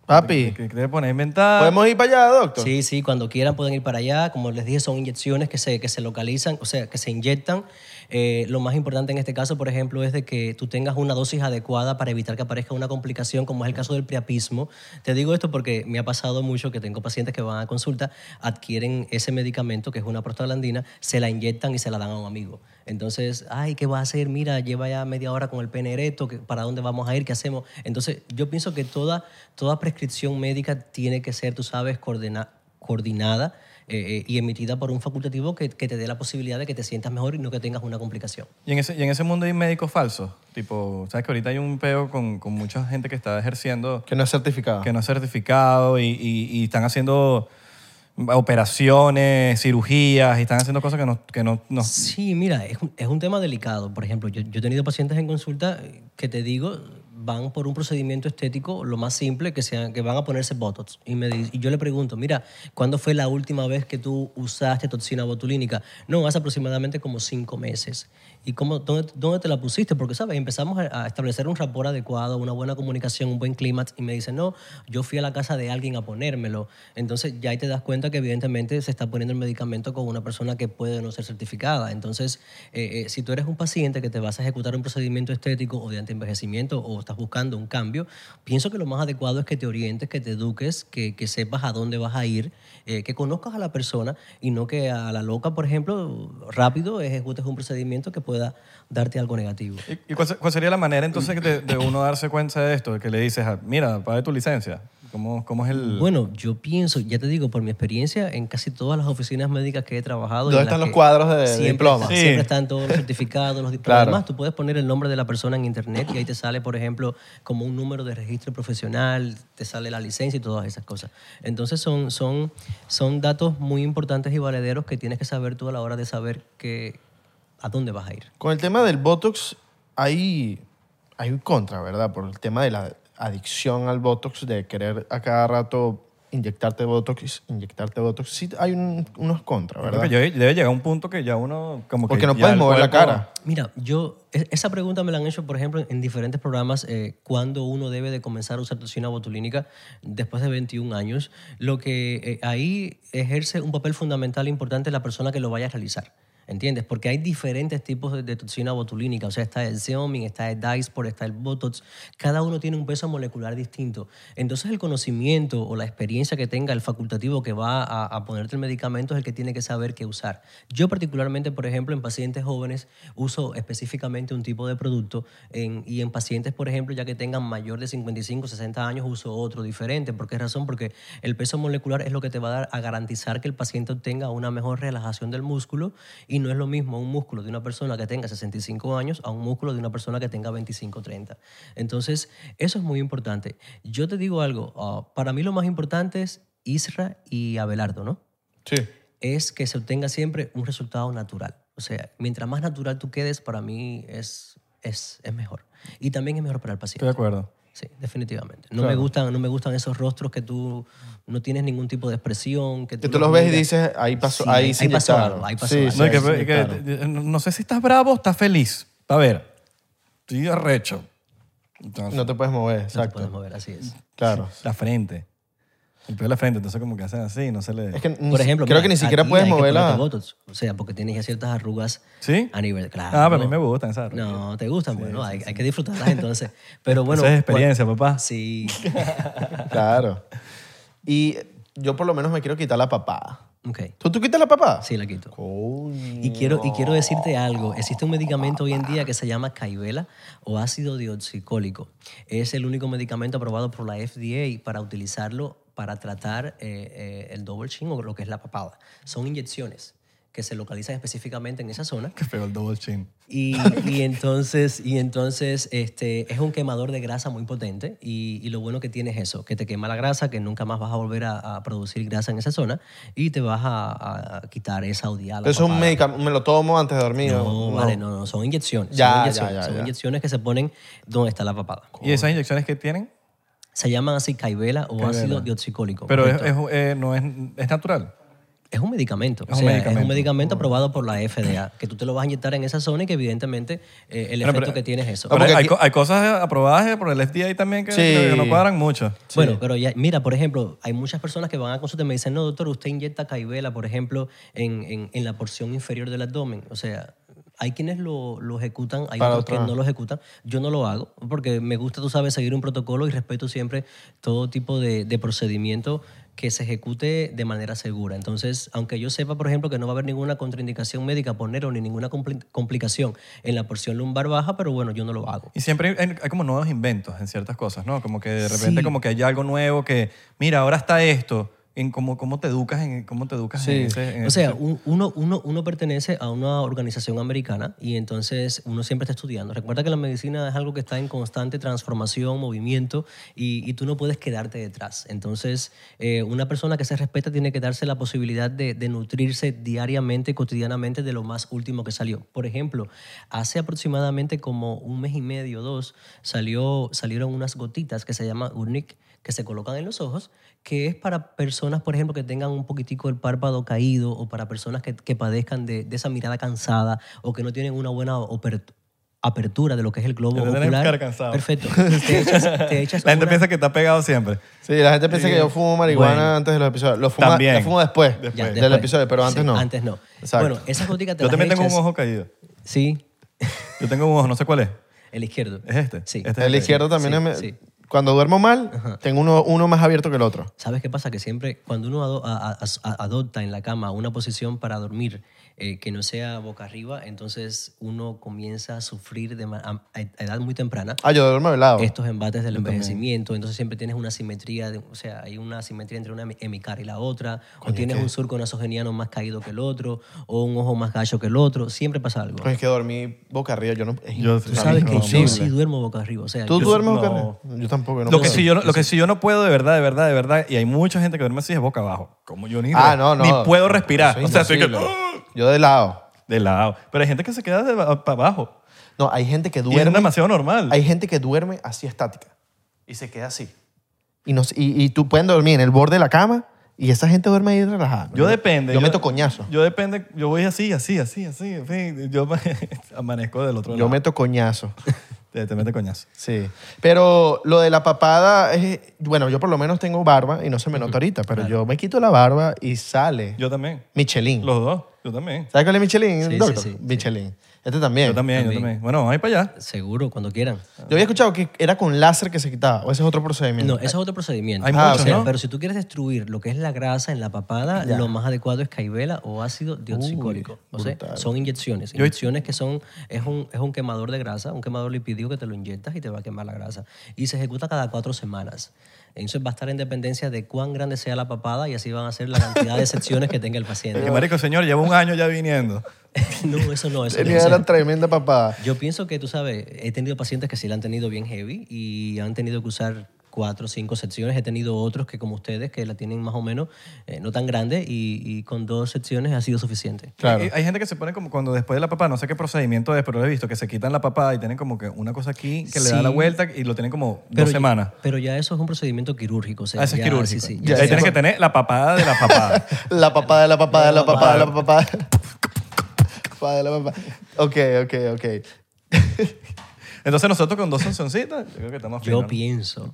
[SPEAKER 1] Papi,
[SPEAKER 2] ¿Qué te pones a inventar?
[SPEAKER 1] ¿podemos ir para allá, doctor?
[SPEAKER 3] Sí, sí, cuando quieran pueden ir para allá. Como les dije, son inyecciones que se, que se localizan, o sea, que se inyectan. Eh, lo más importante en este caso, por ejemplo, es de que tú tengas una dosis adecuada para evitar que aparezca una complicación, como es el caso del priapismo. Te digo esto porque me ha pasado mucho que tengo pacientes que van a consulta, adquieren ese medicamento, que es una prostaglandina, se la inyectan y se la dan a un amigo. Entonces, ay, ¿qué vas a hacer? Mira, lleva ya media hora con el pene erecto, ¿qué- ¿para dónde vamos a ir? ¿Qué hacemos? Entonces, yo pienso que toda, toda prescripción médica tiene que ser, tú sabes, coordena- coordinada eh, eh, y emitida por un facultativo que, que te dé la posibilidad de que te sientas mejor y no que tengas una complicación.
[SPEAKER 2] Y en, ese, y en ese mundo hay médicos falsos. Tipo, ¿sabes que ahorita hay un peo con, con mucha gente que está ejerciendo
[SPEAKER 1] Que no es certificado.
[SPEAKER 2] que no es certificado y, y- y están haciendo operaciones, cirugías y están haciendo cosas que no... Que no, no.
[SPEAKER 3] Sí, mira, es un, es un tema delicado. Por ejemplo, yo, yo he tenido pacientes en consulta que te digo van por un procedimiento estético lo más simple que sean que van a ponerse botox y me di- y yo le pregunto mira cuándo fue la última vez que tú usaste toxina botulínica no hace aproximadamente como cinco meses y cómo dónde, dónde te la pusiste porque sabes empezamos a, a establecer un rapport adecuado una buena comunicación un buen clima y me dice no yo fui a la casa de alguien a ponérmelo entonces ya ahí te das cuenta que evidentemente se está poniendo el medicamento con una persona que puede no ser certificada. Entonces, eh, eh, si tú eres un paciente que te vas a ejecutar un procedimiento estético o de antienvejecimiento o estás buscando un cambio, pienso que lo más adecuado es que te orientes, que te eduques, que, que sepas a dónde vas a ir, eh, que conozcas a la persona y no que a la loca, por ejemplo, rápido ejecutes un procedimiento que pueda darte algo negativo.
[SPEAKER 2] ¿Y- ¿Y cuál, se- cuál sería la manera entonces de, de uno darse cuenta de esto? Que le dices, ah, mira, pague tu licencia. ¿Cómo, cómo es
[SPEAKER 1] Mm.
[SPEAKER 2] el...?
[SPEAKER 3] Bueno, yo pienso, ya te digo, por mi experiencia, en casi todas las oficinas médicas que he trabajado. y
[SPEAKER 1] ¿Dónde
[SPEAKER 3] en las
[SPEAKER 1] están los
[SPEAKER 3] que
[SPEAKER 1] cuadros de- de
[SPEAKER 3] siempre-
[SPEAKER 1] diploma?
[SPEAKER 3] Siempre
[SPEAKER 2] Sí.
[SPEAKER 3] están todos los certificados, los diplomas.
[SPEAKER 1] Claro.
[SPEAKER 3] Además, tú puedes poner el nombre de la persona en internet y ahí te sale, por ejemplo, como un número de registro profesional, te sale la licencia y todas esas cosas. Entonces, son, son, son datos muy importantes y valederos que tienes que saber tú a la hora de saber que, a dónde vas a ir.
[SPEAKER 1] Con el tema del Botox hay, hay un contra, ¿verdad? Por el tema de la adicción al Botox, de querer a cada rato inyectarte Botox, inyectarte Botox. Sí hay un- unos contra,
[SPEAKER 2] Creo
[SPEAKER 1] ¿verdad?
[SPEAKER 2] que yo- debe llegar a un punto que ya uno... Como que
[SPEAKER 1] Porque no
[SPEAKER 2] ya
[SPEAKER 1] puedes
[SPEAKER 2] el
[SPEAKER 1] mover la
[SPEAKER 2] cuerpo-
[SPEAKER 1] cara.
[SPEAKER 3] Mira, yo, e- esa pregunta me la han hecho, por ejemplo, en diferentes programas, eh, cuándo uno debe de comenzar a usar toxina botulínica después de 21 años. Lo que eh, ahí ejerce un papel fundamental importante la persona que lo vaya a realizar. ¿Entiendes? Porque hay diferentes tipos de, de toxina botulínica. O sea, está el Xeomin, está el Dysport, está el Botox. Cada uno tiene un peso molecular distinto. Entonces, el conocimiento o la experiencia que tenga el facultativo que va a, a ponerte el medicamento es el que tiene que saber qué usar. Yo particularmente, por ejemplo, en pacientes jóvenes uso específicamente un tipo de producto en- y en pacientes, por ejemplo, ya que tengan mayor de 55, 60 años, uso otro diferente. ¿Por qué razón? Porque el peso molecular es lo que te va a dar a garantizar que el paciente obtenga una mejor relajación del músculo y no es lo mismo un músculo de una persona que tenga 65 años a un músculo de una persona que tenga 25, 30. Entonces, eso es muy importante. Yo te digo algo, ah, para mí lo más importante es Isra y Abelardo, ¿no?
[SPEAKER 1] Sí.
[SPEAKER 3] es que se obtenga siempre un resultado natural. O sea, mientras más natural tú quedes, para mí es, es, es mejor. Y también es mejor para el
[SPEAKER 2] Estoy
[SPEAKER 3] paciente.
[SPEAKER 2] de acuerdo.
[SPEAKER 3] Sí, definitivamente. No, me gustan, no me gustan esos rostros que tú no tienes ningún tipo de expresión. Que tú,
[SPEAKER 1] Que tú
[SPEAKER 3] los
[SPEAKER 1] los ves y
[SPEAKER 3] miras.
[SPEAKER 1] dices, ahí pasó,
[SPEAKER 3] Sí,
[SPEAKER 1] ahí se
[SPEAKER 3] ahí pasó
[SPEAKER 1] inyectaron.
[SPEAKER 3] algo, ahí pasó
[SPEAKER 1] Sí,
[SPEAKER 3] algo.
[SPEAKER 1] sí,
[SPEAKER 2] No, y
[SPEAKER 1] ahí
[SPEAKER 2] que-
[SPEAKER 1] se
[SPEAKER 2] y que-
[SPEAKER 1] inyectaron.
[SPEAKER 2] no sé si estás bravo o estás feliz. A ver, estoy arrecho. Entonces,
[SPEAKER 1] No te puedes mover,
[SPEAKER 3] No te
[SPEAKER 1] exacto.
[SPEAKER 3] puedes mover, así es.
[SPEAKER 1] Claro.
[SPEAKER 2] la frente. El pelo de la frente, entonces como que hacen así, no se le...
[SPEAKER 1] Es que ni
[SPEAKER 3] Por
[SPEAKER 1] si-
[SPEAKER 3] ejemplo,
[SPEAKER 1] creo
[SPEAKER 3] mira,
[SPEAKER 1] que ni
[SPEAKER 3] a
[SPEAKER 1] siquiera
[SPEAKER 3] ti
[SPEAKER 1] puedes
[SPEAKER 3] hay que ponerte
[SPEAKER 1] moverla.
[SPEAKER 3] botox, o sea, porque tienes ya ciertas arrugas
[SPEAKER 2] ¿Sí?
[SPEAKER 3] a nivel, claro.
[SPEAKER 2] Ah, pero a mí me gustan esas arrugas.
[SPEAKER 3] No, te gustan, bueno, hay, hay que disfrutarlas entonces. Pero bueno,
[SPEAKER 2] Esa es experiencia,
[SPEAKER 3] cua-
[SPEAKER 2] papá.
[SPEAKER 3] Sí,
[SPEAKER 1] Claro. Y yo por lo menos me quiero quitar la papada.
[SPEAKER 3] ok,
[SPEAKER 1] ¿Tú, tú quitas la papada?
[SPEAKER 3] sí la quito.
[SPEAKER 1] Coño.
[SPEAKER 3] Y quiero, y quiero decirte algo. Existe un medicamento hoy en día que se llama caivela o ácido dioxicólico. Es el único medicamento aprobado por la FDA para utilizarlo para tratar eh, eh, el double chin o lo que es la papada. Son inyecciones que se localizan específicamente en esa zona
[SPEAKER 2] Qué feo el double chin.
[SPEAKER 3] y, y entonces, y entonces este, es un quemador de grasa muy potente y, y lo bueno que tiene es eso, que te quema la grasa, que nunca más vas a volver a, a producir grasa en esa zona y te vas a, a quitar esa odiada.
[SPEAKER 1] Pero Eso es un medicamento, me lo tomo antes de dormir.
[SPEAKER 3] No, vale, no, no, son inyecciones.
[SPEAKER 1] Ya,
[SPEAKER 3] son
[SPEAKER 1] ya,
[SPEAKER 3] inyecciones,
[SPEAKER 1] ya,
[SPEAKER 3] son
[SPEAKER 1] ya.
[SPEAKER 3] inyecciones que se ponen donde está la papada.
[SPEAKER 2] ¿Y esas inyecciones que tienen?
[SPEAKER 3] Se llaman así caivela o ácido dioxicólico.
[SPEAKER 2] Pero es,
[SPEAKER 3] correcto.
[SPEAKER 2] es- eh, no es, es natural.
[SPEAKER 3] Es un medicamento.
[SPEAKER 2] Es un
[SPEAKER 3] o sea, Es
[SPEAKER 2] medicamento.
[SPEAKER 3] un medicamento aprobado por la FDA, que tú te lo vas a inyectar en esa zona y que evidentemente eh, el
[SPEAKER 2] Bueno,
[SPEAKER 3] efecto
[SPEAKER 2] pero-
[SPEAKER 3] que tiene es eso.
[SPEAKER 2] Pero
[SPEAKER 1] porque
[SPEAKER 2] hay,
[SPEAKER 1] aquí-
[SPEAKER 2] co- hay cosas aprobadas eh, por el FDA también que,
[SPEAKER 1] Sí.
[SPEAKER 2] que no cuadran mucho.
[SPEAKER 3] Bueno, pero ya, mira, por ejemplo, hay muchas personas que van a consulta y me dicen, no, doctor, usted inyecta caibela, por ejemplo, en, en- en la porción inferior del abdomen. O sea, hay quienes lo, lo ejecutan, hay
[SPEAKER 1] Para
[SPEAKER 3] otros
[SPEAKER 1] otra.
[SPEAKER 3] que no lo ejecutan. Yo no lo hago porque me gusta, tú sabes, seguir un protocolo y respeto siempre todo tipo de, de procedimiento que se ejecute de manera segura. Entonces, aunque yo sepa, por ejemplo, que no va a haber ninguna contraindicación médica a ponerlo ni ninguna compli- complicación en la porción lumbar baja, pero bueno, yo no lo hago.
[SPEAKER 2] Y siempre hay, hay como nuevos inventos en ciertas cosas, ¿no? Como que de repente
[SPEAKER 3] Sí.
[SPEAKER 2] como que hay algo nuevo que, mira, ahora está esto. En cómo, cómo te educas en cómo te educas en ese- en
[SPEAKER 3] O sea,
[SPEAKER 2] ese-
[SPEAKER 3] un- uno, uno, uno pertenece a una organización americana y entonces uno siempre está estudiando. Recuerda que la medicina es algo que está en constante transformación, movimiento y, y tú no puedes quedarte detrás. Entonces, eh, una persona que se respeta tiene que darse la posibilidad de, de nutrirse diariamente, cotidianamente de lo más último que salió. Por ejemplo, hace aproximadamente como un mes y medio, dos, salió, salieron unas gotitas que se llaman Urnic que se colocan en los ojos, que es para personas, por ejemplo, que tengan un poquitico el párpado caído o para personas que, que padezcan de, de esa mirada cansada o que no tienen una buena oper- apertura de lo que es el globo
[SPEAKER 2] De tener el
[SPEAKER 3] ocular.
[SPEAKER 2] cara cansado.
[SPEAKER 3] Perfecto. Te echas, te echas
[SPEAKER 2] la gente
[SPEAKER 3] una-
[SPEAKER 2] piensa que está pegado siempre.
[SPEAKER 1] Sí, la gente piensa que yo fumo marihuana
[SPEAKER 2] Bueno.
[SPEAKER 1] antes de los episodios. Lo fuma,
[SPEAKER 2] También.
[SPEAKER 1] lo fumo después,
[SPEAKER 3] Ya,
[SPEAKER 1] del
[SPEAKER 3] después.
[SPEAKER 1] episodio, pero antes
[SPEAKER 3] Sí,
[SPEAKER 1] no.
[SPEAKER 3] Antes no.
[SPEAKER 1] Exacto.
[SPEAKER 3] Bueno, esas goticas te
[SPEAKER 2] Yo
[SPEAKER 3] las
[SPEAKER 2] también tengo
[SPEAKER 3] echas-
[SPEAKER 2] un ojo caído.
[SPEAKER 3] Sí,
[SPEAKER 2] Yo tengo un ojo, no sé cuál es.
[SPEAKER 3] el izquierdo.
[SPEAKER 2] ¿Es este?
[SPEAKER 3] Sí.
[SPEAKER 2] Este es
[SPEAKER 1] El izquierdo también
[SPEAKER 3] Sí,
[SPEAKER 1] es-
[SPEAKER 3] sí.
[SPEAKER 1] Cuando duermo mal, tengo uno, uno más abierto que el otro.
[SPEAKER 3] ¿Sabes qué pasa? Que siempre cuando uno ado- a- a- as- a- adopta en la cama una posición para dormir eh, que no sea boca arriba, entonces uno comienza a sufrir de ma- a, a edad muy temprana
[SPEAKER 1] Ah, yo duermo de lado.
[SPEAKER 3] estos embates del envejecimiento. Entonces siempre tienes una simetría, de- o sea, hay una simetría entre una hemi- hemicaria y la otra, o tienes un surco nasogeniano más caído que el otro, o un ojo más gallo que el otro. Siempre pasa algo.
[SPEAKER 1] Pues es que dormí boca arriba, yo no... es
[SPEAKER 2] Yo-
[SPEAKER 1] imposible.
[SPEAKER 3] Tú sabes que yo
[SPEAKER 2] imposible.
[SPEAKER 3] sí duermo boca arriba. O sea,
[SPEAKER 1] ¿Tú
[SPEAKER 3] yo-
[SPEAKER 1] duermes boca
[SPEAKER 2] no.
[SPEAKER 1] arriba? Yo tampoco, yo no
[SPEAKER 2] Lo
[SPEAKER 1] puedo.
[SPEAKER 2] que, sí yo, no- lo que sí yo no puedo de verdad, de verdad, de verdad, y hay mucha gente que duerme así es boca abajo. Como yo ni,
[SPEAKER 1] Ah,
[SPEAKER 2] re-
[SPEAKER 1] no, no.
[SPEAKER 2] ni puedo respirar.
[SPEAKER 1] Eso
[SPEAKER 2] O
[SPEAKER 1] es
[SPEAKER 2] sea, estoy que, ¡ah!
[SPEAKER 1] imposible. Yo de lado.
[SPEAKER 2] de lado. Pero hay gente que se queda de, ba- para abajo.
[SPEAKER 1] No, hay gente que
[SPEAKER 2] Y es
[SPEAKER 1] duerme...
[SPEAKER 2] demasiado normal.
[SPEAKER 1] Hay gente que duerme así estática y se queda así. Y, no, sé- y, y tú pueden dormir en el borde de la cama y esa gente duerme ahí relajada.
[SPEAKER 2] Yo depende.
[SPEAKER 1] Yo, meto coñazo.
[SPEAKER 2] Yo depende. Yo voy así, así, así, así. en fin, Yo amanezco del otro
[SPEAKER 1] Yo,
[SPEAKER 2] lado.
[SPEAKER 1] meto coñazo.
[SPEAKER 2] Te, te mete coñazo.
[SPEAKER 1] Sí. Pero lo de la papada es. Bueno, yo por lo menos tengo barba y no se me nota ahorita, pero yo me quito la barba y sale
[SPEAKER 2] Yo también.
[SPEAKER 1] Michelin.
[SPEAKER 2] Los dos. Yo también.
[SPEAKER 1] ¿Sabes cuál es Michelin?
[SPEAKER 3] Sí, sí,
[SPEAKER 1] doctor?
[SPEAKER 3] sí, sí.
[SPEAKER 1] Michelin. Este también.
[SPEAKER 2] Yo también, yo
[SPEAKER 3] También.
[SPEAKER 2] también. Bueno, vamos a ir para allá.
[SPEAKER 3] Seguro, cuando quieran.
[SPEAKER 1] Yo había escuchado que era con láser que se quitaba, o ese es otro procedimiento.
[SPEAKER 3] No, eso es otro procedimiento.
[SPEAKER 2] Hay
[SPEAKER 3] O
[SPEAKER 2] muchos,
[SPEAKER 3] sea,
[SPEAKER 2] ¿no?
[SPEAKER 3] Pero si tú quieres destruir lo que es la grasa en la papada, lo más adecuado es caivela o ácido dioxicólico. O sea, son inyecciones. Inyecciones que son, es un, es un quemador de grasa, un quemador lipídico que te lo inyectas y te va a quemar la grasa. Y se ejecuta cada cuatro semanas. Entonces va a estar en dependencia de cuán grande sea la papada y así van a ser la cantidad de secciones que tenga el
[SPEAKER 2] Que
[SPEAKER 3] paciente.
[SPEAKER 2] marico, señor, llevo un año ya viniendo.
[SPEAKER 3] no, eso no, eso no.
[SPEAKER 1] Tenía
[SPEAKER 3] O sea,
[SPEAKER 1] la tremenda papada.
[SPEAKER 3] yo pienso que, tú sabes, he tenido pacientes que sí la han tenido bien heavy y han tenido que usar cuatro o cinco secciones. He tenido otros que como ustedes, que la tienen más o menos, eh, no tan grande, y, y con dos secciones ha sido suficiente.
[SPEAKER 1] Claro.
[SPEAKER 2] Hay, Eh, hay gente que se pone como cuando después de la papá, no sé qué procedimiento es, pero lo he visto, que se quitan la papá y tienen como que una cosa aquí que le da
[SPEAKER 3] Sí.
[SPEAKER 2] la vuelta y lo tienen como
[SPEAKER 3] Pero
[SPEAKER 2] dos
[SPEAKER 3] ya-
[SPEAKER 2] semanas.
[SPEAKER 3] Pero ya eso es un procedimiento quirúrgico. o sea,
[SPEAKER 2] Ah, eso es
[SPEAKER 3] ya-
[SPEAKER 2] quirúrgico.
[SPEAKER 3] sí, sí,
[SPEAKER 2] Y
[SPEAKER 3] ya
[SPEAKER 2] ahí
[SPEAKER 3] sea-
[SPEAKER 2] tienes que tener la papada de la papada.
[SPEAKER 1] La papada, la papada, la papada, la papada. Papada, la papada. Ok, ok, ok.
[SPEAKER 2] Entonces nosotros con dos sancioncitas, yo creo que estamos
[SPEAKER 3] Yo
[SPEAKER 2] finos.
[SPEAKER 3] pienso.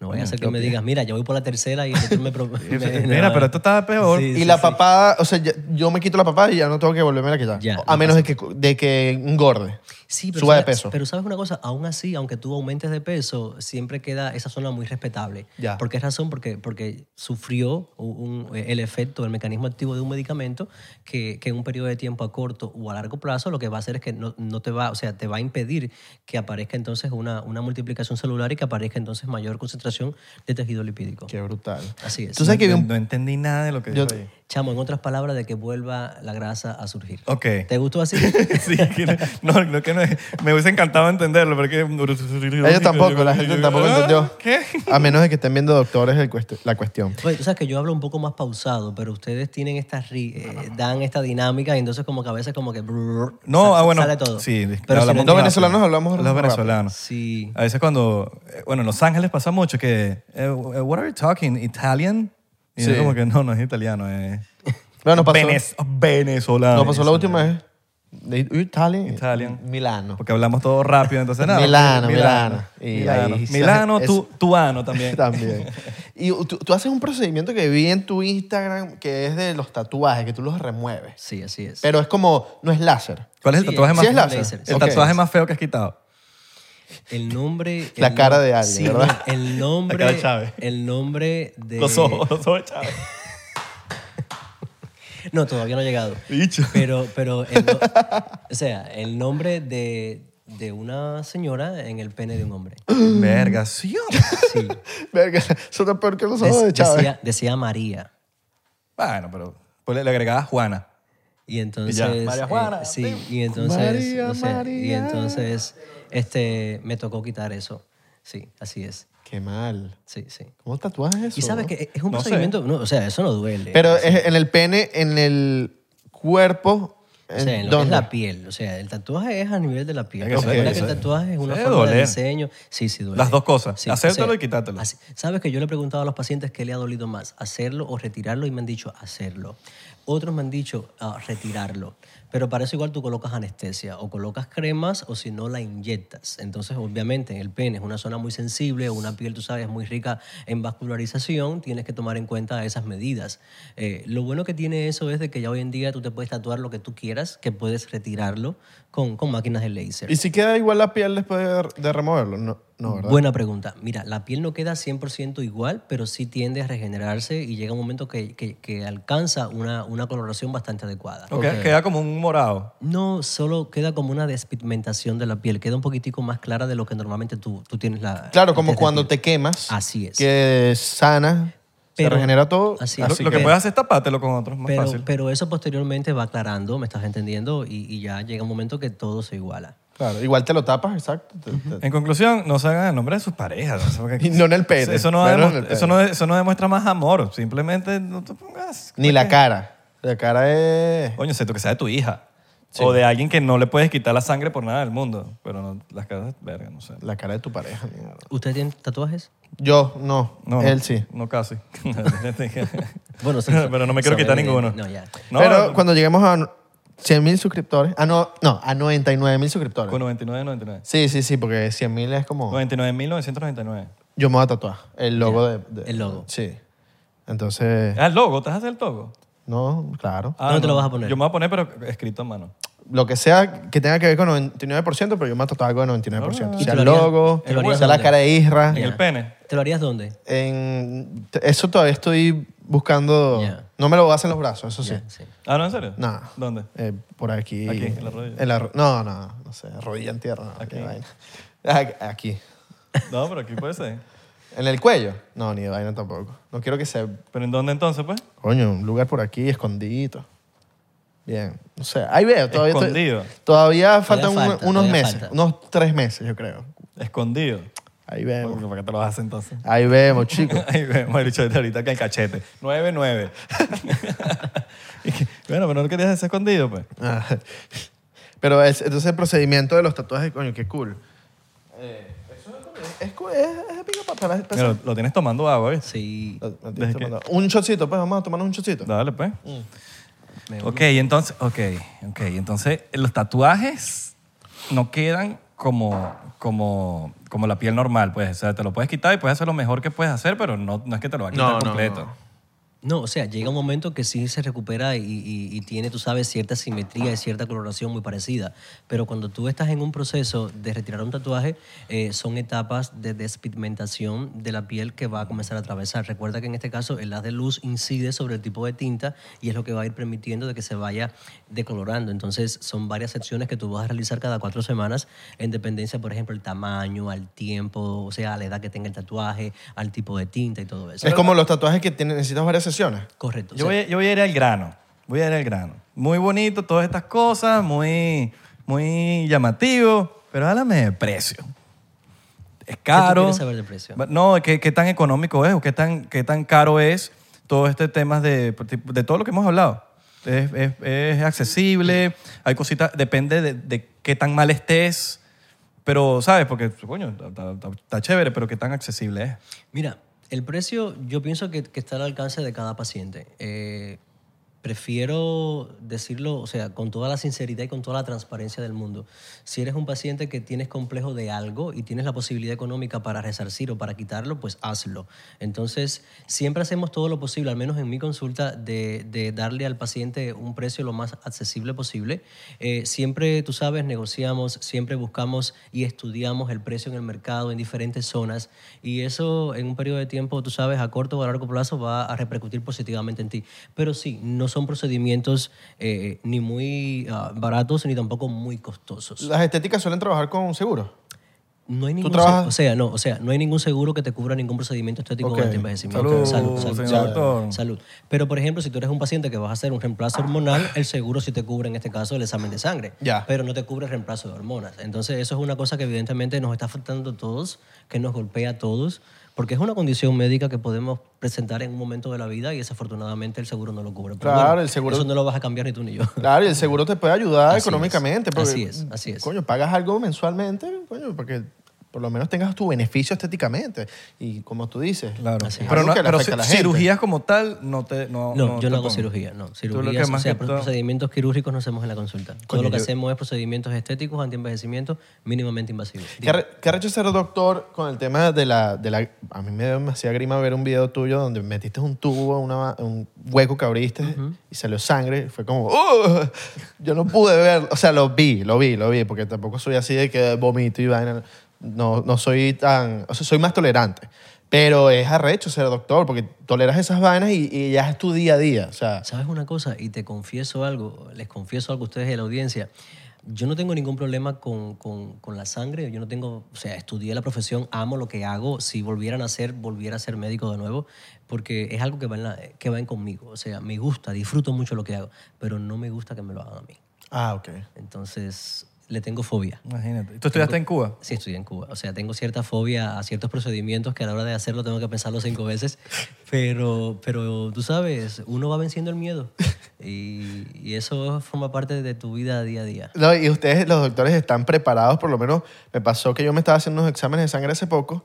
[SPEAKER 3] No
[SPEAKER 2] Mm,
[SPEAKER 3] vaya a ser que me digas, mira, yo voy por la tercera y el doctor me... pro- me-
[SPEAKER 2] Mira, pero esto está peor.
[SPEAKER 3] Sí,
[SPEAKER 1] Y la papada, o sea, ya- yo me quito la papada y ya no tengo que volverme a quitar.
[SPEAKER 3] Ya,
[SPEAKER 1] a
[SPEAKER 3] no
[SPEAKER 1] menos de que, de que engorde.
[SPEAKER 3] Sí, pero
[SPEAKER 1] suba de
[SPEAKER 3] sabes-
[SPEAKER 1] peso.
[SPEAKER 3] Pero sabes una cosa, aún así, aunque tú aumentes de peso, siempre queda esa zona muy respetable.
[SPEAKER 1] Ya.
[SPEAKER 3] ¿Por qué razón? Porque, porque sufrió un- un- el efecto, el mecanismo activo de un medicamento que, que en un periodo de tiempo a corto o a largo plazo lo que va a hacer es que no, no te va, o sea, te va a impedir que aparezca entonces una, una multiplicación celular y que aparezca entonces mayor concentración de tejido lipídico.
[SPEAKER 1] Qué brutal.
[SPEAKER 3] Así es.
[SPEAKER 1] Tú sabes que vi
[SPEAKER 2] no,
[SPEAKER 1] un...
[SPEAKER 2] no entendí nada de lo que
[SPEAKER 1] Yo-
[SPEAKER 2] dijo ahí.
[SPEAKER 3] Chamo, en otras palabras, de que vuelva la grasa a surgir.
[SPEAKER 2] Ok.
[SPEAKER 3] ¿Te gustó así?
[SPEAKER 2] Sí, que no, no, no, que no, me hubiese encantado entenderlo, pero es que...
[SPEAKER 1] Ellos tampoco, la gente tampoco
[SPEAKER 2] Ah,
[SPEAKER 1] entendió.
[SPEAKER 2] ¿Qué?
[SPEAKER 1] A menos de que estén viendo doctores el cuest- la cuestión.
[SPEAKER 3] Oye, tú sabes que yo hablo un poco más pausado, pero ustedes tienen esta ri- eh, dan esta dinámica y entonces como que a veces como que brrr,
[SPEAKER 2] No,
[SPEAKER 3] sa-
[SPEAKER 2] ah, bueno.
[SPEAKER 3] sale todo.
[SPEAKER 2] Sí,
[SPEAKER 3] pero
[SPEAKER 2] hablamos
[SPEAKER 3] si no-
[SPEAKER 1] Los
[SPEAKER 2] rápido.
[SPEAKER 1] venezolanos hablamos
[SPEAKER 2] Los
[SPEAKER 1] rápido.
[SPEAKER 2] venezolanos.
[SPEAKER 3] Sí.
[SPEAKER 2] A veces cuando, eh, bueno, en Los Ángeles pasa mucho que, eh, what are you talking, Italian? Y
[SPEAKER 1] Sí.
[SPEAKER 2] es como que no, no es italiano, es
[SPEAKER 1] No, nos pasó,
[SPEAKER 2] venez- venezolano.
[SPEAKER 1] nos pasó la última vez. De Italia.
[SPEAKER 2] Italian.
[SPEAKER 1] Milano.
[SPEAKER 2] Porque hablamos todo rápido, entonces nada.
[SPEAKER 1] Milano, Milano. Y
[SPEAKER 2] Milano,
[SPEAKER 1] ahí-
[SPEAKER 2] Milano tu, tuano también.
[SPEAKER 1] También. Y tú, tú haces un procedimiento que vi en tu Instagram que es de los tatuajes, que tú los remueves.
[SPEAKER 3] Sí, así es.
[SPEAKER 1] Pero es como, no es láser.
[SPEAKER 2] ¿Cuál es el
[SPEAKER 3] Sí,
[SPEAKER 2] tatuaje
[SPEAKER 3] es-
[SPEAKER 2] más
[SPEAKER 1] sí es láser.
[SPEAKER 2] El
[SPEAKER 1] Ok.
[SPEAKER 2] tatuaje más feo que has quitado.
[SPEAKER 3] El nombre...
[SPEAKER 1] La
[SPEAKER 3] el
[SPEAKER 1] cara
[SPEAKER 3] nom-
[SPEAKER 1] de alguien,
[SPEAKER 3] sí,
[SPEAKER 1] ¿verdad?
[SPEAKER 3] no, el nombre...
[SPEAKER 2] La cara de Chávez.
[SPEAKER 3] El nombre de...
[SPEAKER 2] Los ojos, los ojos, chaval.
[SPEAKER 3] No, todavía no ha llegado.
[SPEAKER 2] Bicho.
[SPEAKER 3] Pero, pero el no- o sea, el nombre de, de una señora en el pene de un hombre.
[SPEAKER 2] Verga, sí. hombre.
[SPEAKER 3] Sí.
[SPEAKER 1] Verga, eso está peor que los ojos
[SPEAKER 3] Dec-
[SPEAKER 1] de Chávez.
[SPEAKER 3] decía, decía María.
[SPEAKER 2] Bueno, pero pues le le agregabas Juana.
[SPEAKER 3] Y entonces.
[SPEAKER 2] María
[SPEAKER 3] eh,
[SPEAKER 2] Juana,
[SPEAKER 3] sí,
[SPEAKER 2] pim.
[SPEAKER 3] y entonces.
[SPEAKER 1] María,
[SPEAKER 3] o sea, Y
[SPEAKER 1] María.
[SPEAKER 3] entonces este, me tocó quitar eso. Sí, así es.
[SPEAKER 1] Qué mal.
[SPEAKER 3] Sí, sí.
[SPEAKER 1] ¿Cómo tatuajes eso?
[SPEAKER 3] Y sabes que es un
[SPEAKER 2] No sé.
[SPEAKER 3] procedimiento. no, o sea, eso no duele.
[SPEAKER 1] Pero es en el pene, en el cuerpo.
[SPEAKER 3] O sea, en lo que es
[SPEAKER 1] ¿dónde?
[SPEAKER 3] la piel. O sea, el tatuaje es a nivel de la piel.
[SPEAKER 2] Es que eso
[SPEAKER 3] Recuerda
[SPEAKER 2] duele,
[SPEAKER 3] que
[SPEAKER 2] eso
[SPEAKER 3] el
[SPEAKER 2] duele.
[SPEAKER 3] tatuaje es una
[SPEAKER 2] Eso
[SPEAKER 3] forma de
[SPEAKER 2] duele.
[SPEAKER 3] diseño. Sí, sí, duele.
[SPEAKER 2] Las dos cosas. Hacértelo y quitártelo.
[SPEAKER 3] quitártelo. Sabes que yo le he preguntado a los pacientes qué le ha dolido más, hacerlo o retirarlo, y me han dicho hacerlo. Otros me han dicho ah, retirarlo. Pero para eso igual tú colocas anestesia o colocas cremas o si no la inyectas. Entonces, obviamente, en el pene es una zona muy sensible, una piel, tú sabes, muy rica en vascularización, tienes que tomar en cuenta esas medidas. Eh, lo bueno que tiene eso es de que ya hoy en día tú te puedes tatuar lo que tú quieras, que puedes retirarlo con, con máquinas de láser.
[SPEAKER 1] ¿Y si queda igual la piel después de, de removerlo? No, no ¿verdad?
[SPEAKER 3] Buena pregunta. Mira, la piel no queda 100% igual, pero sí tiende a regenerarse y llega un momento que, que- que alcanza una, una coloración bastante adecuada.
[SPEAKER 2] Ok, Queda como un morado.
[SPEAKER 3] No solo queda como una despigmentación de la piel, queda un poquitico más clara de lo que normalmente tú, tú tienes la...
[SPEAKER 1] Claro, como
[SPEAKER 3] tienes la
[SPEAKER 1] cuando
[SPEAKER 3] piel.
[SPEAKER 1] te quemas.
[SPEAKER 3] Así es.
[SPEAKER 1] Que sana, se
[SPEAKER 3] Pero-
[SPEAKER 1] regenera todo.
[SPEAKER 3] así
[SPEAKER 2] Lo,
[SPEAKER 3] es.
[SPEAKER 1] así
[SPEAKER 2] lo que
[SPEAKER 1] que-
[SPEAKER 2] puedes hacer es tapártelo con otros, más
[SPEAKER 3] Pero,
[SPEAKER 2] fácil.
[SPEAKER 3] pero eso posteriormente va aclarando, me estás entendiendo, y, y ya llega un momento que todo se iguala.
[SPEAKER 1] Claro, igual te lo tapas, exacto. te- te-
[SPEAKER 2] En conclusión, no se hagan el nombre de sus parejas. o sea, porque-
[SPEAKER 1] Y no en el pene,
[SPEAKER 2] Eso no,
[SPEAKER 1] menos
[SPEAKER 2] demo-
[SPEAKER 1] en el pene.
[SPEAKER 2] eso, no, eso no demuestra más amor. Simplemente no te pongas.
[SPEAKER 1] Ni la cara. La cara es...
[SPEAKER 2] Coño, excepto que sea de tu hija. O de alguien que no le puedes quitar la sangre por nada del mundo. Pero no, las caras, verga, no sé.
[SPEAKER 1] La cara de tu pareja. mierda.
[SPEAKER 3] ¿Ustedes tienen tatuajes?
[SPEAKER 1] Yo, no.
[SPEAKER 2] No,
[SPEAKER 1] Él sí.
[SPEAKER 2] No casi.
[SPEAKER 3] Bueno, sí,
[SPEAKER 2] pero no me quiero
[SPEAKER 3] son
[SPEAKER 2] quitar
[SPEAKER 3] evidentes.
[SPEAKER 2] ninguno.
[SPEAKER 3] No, ya.
[SPEAKER 2] No,
[SPEAKER 1] Pero cuando lleguemos a 100 mil suscriptores... Ah, no, no, a 99 mil suscriptores.
[SPEAKER 2] Con 99, 99.
[SPEAKER 1] Sí, sí, sí, porque 100 mil es como...
[SPEAKER 2] 99.999.
[SPEAKER 1] Yo me voy a tatuar el logo
[SPEAKER 3] Ya,
[SPEAKER 1] de, de-
[SPEAKER 3] el logo.
[SPEAKER 1] Sí. Entonces,
[SPEAKER 2] Ah, el logo. ¿Te vas a hacer el logo?
[SPEAKER 1] no, claro.
[SPEAKER 2] Ah,
[SPEAKER 3] ¿Dónde te lo vas a poner?
[SPEAKER 2] Yo me voy a poner, pero escrito a mano.
[SPEAKER 1] Lo que sea que tenga que ver con 99%, pero yo me voy a tatuar algo de 99%.
[SPEAKER 3] ¿Y
[SPEAKER 1] sea
[SPEAKER 3] te lo
[SPEAKER 1] el
[SPEAKER 3] harías-
[SPEAKER 1] logo,
[SPEAKER 3] te lo harías
[SPEAKER 1] sea la
[SPEAKER 3] dónde?
[SPEAKER 1] cara de Isra.
[SPEAKER 2] En el pene.
[SPEAKER 3] ¿Te lo harías dónde?
[SPEAKER 1] En- t- eso todavía estoy buscando.
[SPEAKER 3] Ya.
[SPEAKER 1] No me lo hacen los brazos, eso sí.
[SPEAKER 3] Sí.
[SPEAKER 2] Ah, ¿no? ¿En serio?
[SPEAKER 1] No.
[SPEAKER 2] ¿Dónde?
[SPEAKER 1] Eh, por aquí.
[SPEAKER 2] Aquí, en la rodilla.
[SPEAKER 1] en la ro- no, no, no sé. Rodilla en tierra. no, qué vaina. Ah, Aquí.
[SPEAKER 2] No, pero aquí puede ser.
[SPEAKER 1] ¿En el cuello? No, ni de vaina tampoco. No quiero que se
[SPEAKER 2] ¿Pero en dónde entonces, pues?
[SPEAKER 1] Coño, un lugar por aquí, escondidito. Bien. O sea, ahí veo. Todavía estoy-
[SPEAKER 2] Escondido.
[SPEAKER 1] todavía faltan
[SPEAKER 3] Todavía
[SPEAKER 1] un-
[SPEAKER 3] falta,
[SPEAKER 1] unos
[SPEAKER 3] todavía
[SPEAKER 1] meses.
[SPEAKER 3] falta.
[SPEAKER 1] Unos tres meses, yo creo.
[SPEAKER 2] Escondido.
[SPEAKER 1] Ahí vemos.
[SPEAKER 2] Eh, ¿Para qué te lo haces entonces?
[SPEAKER 1] Ahí vemos, chicos.
[SPEAKER 2] Ahí vemos el bicho ahorita que el cachete. 9-9. Y que, bueno, pero no lo querías hacer escondido, pues.
[SPEAKER 1] Ah, Pero es, entonces el procedimiento de los tatuajes, coño, qué cool. Eh, eso es cool, es, cool, es, es pica pa- para empezar.
[SPEAKER 2] Mira, lo, lo tienes tomando agua, ¿ves?
[SPEAKER 3] Sí.
[SPEAKER 1] Lo- lo
[SPEAKER 2] ¿Desde
[SPEAKER 1] tienes tomando. Un shotcito, pues vamos a tomarnos un shotcito.
[SPEAKER 2] Dale, pues. Ok, entonces, ok, ok. Entonces, los tatuajes no quedan como, como, como la piel normal, pues. O sea, te lo puedes quitar y puedes hacer lo mejor que puedes hacer, pero no, no es que te lo va a quitar
[SPEAKER 1] No, no,
[SPEAKER 2] completo.
[SPEAKER 1] no.
[SPEAKER 3] No, o sea, llega un momento que sí se recupera y, y- y tiene, tú sabes, cierta simetría y cierta coloración muy parecida. Pero cuando tú estás en un proceso de retirar un tatuaje, eh, son etapas de despigmentación de la piel que va a comenzar a atravesar. Recuerda que en este caso el haz de luz incide sobre el tipo de tinta y es lo que va a ir permitiendo de que se vaya decolorando. Entonces, son varias secciones que tú vas a realizar cada cuatro semanas en dependencia, por ejemplo, el tamaño, al tiempo, o sea, a la edad que tenga el tatuaje, al tipo de tinta y todo eso.
[SPEAKER 1] Es como los tatuajes que tienen, necesitas varias sesiones.
[SPEAKER 3] Correcto. O
[SPEAKER 2] Yo
[SPEAKER 3] sea,
[SPEAKER 2] voy, a- yo voy a ir al grano. Voy a ir al grano. Muy bonito, todas estas cosas, muy, muy llamativo, pero háblame de precio. Es caro.
[SPEAKER 3] quieres saber de precio?
[SPEAKER 2] Va- No, ¿qué, qué tan económico es o qué tan, qué tan caro es todo este tema de, de todo lo que hemos hablado? Es, es- es accesible, hay cositas, depende de, de qué tan mal estés, pero, ¿sabes? Porque, coño, está- está- está- está chévere, pero qué tan accesible es.
[SPEAKER 3] Mira, el precio yo pienso que, que está al alcance de cada paciente. Eh, prefiero decirlo, o sea, con toda la sinceridad y con toda la transparencia del mundo. Si eres un paciente que tienes complejo de algo y tienes la posibilidad económica para resarcir o para quitarlo, pues hazlo. Entonces, siempre hacemos todo lo posible, al menos en mi consulta, de, de darle al paciente un precio lo más accesible posible. Eh, siempre, tú sabes, negociamos, siempre buscamos y estudiamos el precio en el mercado, en diferentes zonas, y eso en un periodo de tiempo, tú sabes, a corto o a largo plazo va a repercutir positivamente en ti. Pero sí, no son procedimientos eh, ni muy ah, baratos ni tampoco muy costosos.
[SPEAKER 1] Las estéticas suelen trabajar con seguro.
[SPEAKER 3] No hay ningún se-
[SPEAKER 1] trabajas?
[SPEAKER 3] o sea, no, o sea, no hay ningún seguro que te cubra ningún procedimiento estético
[SPEAKER 1] Ok.
[SPEAKER 3] durante
[SPEAKER 2] Salud,
[SPEAKER 3] envejecimiento. salud, salud,
[SPEAKER 2] señor
[SPEAKER 3] salud,
[SPEAKER 2] doctor.
[SPEAKER 3] salud. Pero por ejemplo, si tú eres un paciente que vas a hacer un reemplazo hormonal, el seguro sí te cubre en este caso el examen de sangre,
[SPEAKER 1] Ya.
[SPEAKER 3] pero no te cubre el reemplazo de hormonas. Entonces, eso es una cosa que evidentemente nos está afectando a todos, que nos golpea a todos, porque es una condición médica que podemos presentar en un momento de la vida y desafortunadamente el seguro no lo cubre. Pero
[SPEAKER 1] Claro, el seguro-
[SPEAKER 3] Eso no lo vas a cambiar ni tú ni yo.
[SPEAKER 1] Claro, y el seguro te puede ayudar
[SPEAKER 3] Así es,
[SPEAKER 1] económicamente. porque,
[SPEAKER 3] así es, así es.
[SPEAKER 1] Coño, pagas algo mensualmente, coño, porque por lo menos tengas tu beneficio estéticamente. Y como tú dices,
[SPEAKER 2] Claro.
[SPEAKER 3] Así es.
[SPEAKER 2] Pero,
[SPEAKER 1] Algo
[SPEAKER 2] no,
[SPEAKER 1] que le
[SPEAKER 2] pero
[SPEAKER 1] afecta a la
[SPEAKER 2] ci-
[SPEAKER 1] gente.
[SPEAKER 2] cirugías como tal no te no
[SPEAKER 3] No, yo
[SPEAKER 2] te
[SPEAKER 3] no hago
[SPEAKER 2] pongo.
[SPEAKER 3] cirugía, no.
[SPEAKER 2] lo que
[SPEAKER 3] Cirugías, o
[SPEAKER 2] más
[SPEAKER 3] sea,
[SPEAKER 2] que todo-
[SPEAKER 3] procedimientos quirúrgicos no hacemos en la consulta. todo
[SPEAKER 1] Coño,
[SPEAKER 3] lo que
[SPEAKER 1] yo-
[SPEAKER 3] hacemos es procedimientos estéticos, antienvejecimiento, mínimamente invasivos.
[SPEAKER 1] ¿Qué arre- qué arrecho ser doctor con el tema de la, de la... A mí me, me hacía grima ver un video tuyo donde metiste un tubo, una- un hueco que abriste y salió sangre. Fue como... "Ugh". Yo no pude ver. O sea, lo vi, lo vi, lo vi. Porque tampoco soy así de que vomito y vaina. No, no soy tan... O sea, soy más tolerante. Pero es arrecho ser doctor porque toleras esas vainas y, y ya es tu día a día. O sea,
[SPEAKER 3] ¿Sabes una cosa? Y te confieso algo, les confieso algo a ustedes y a la audiencia. Yo no tengo ningún problema con, con- con la sangre, yo no tengo, o sea, estudié la profesión, amo lo que hago, si volvieran a ser, volviera a ser médico de nuevo, porque es algo que va, en la- que va en conmigo, o sea, me gusta, disfruto mucho lo que hago, pero no me gusta que me lo hagan a mí.
[SPEAKER 1] ah, ok.
[SPEAKER 3] Entonces, le tengo fobia.
[SPEAKER 2] Imagínate. ¿Tú estudiaste en Cuba?
[SPEAKER 3] Sí, estudié en Cuba. O sea, tengo cierta fobia a ciertos procedimientos que a la hora de hacerlo tengo que pensarlo cinco veces. Pero, pero tú sabes, uno va venciendo el miedo. Y, y eso forma parte de tu vida día a día.
[SPEAKER 1] No, y ustedes, los doctores, están preparados, por lo menos me pasó que yo me estaba haciendo unos exámenes de sangre hace poco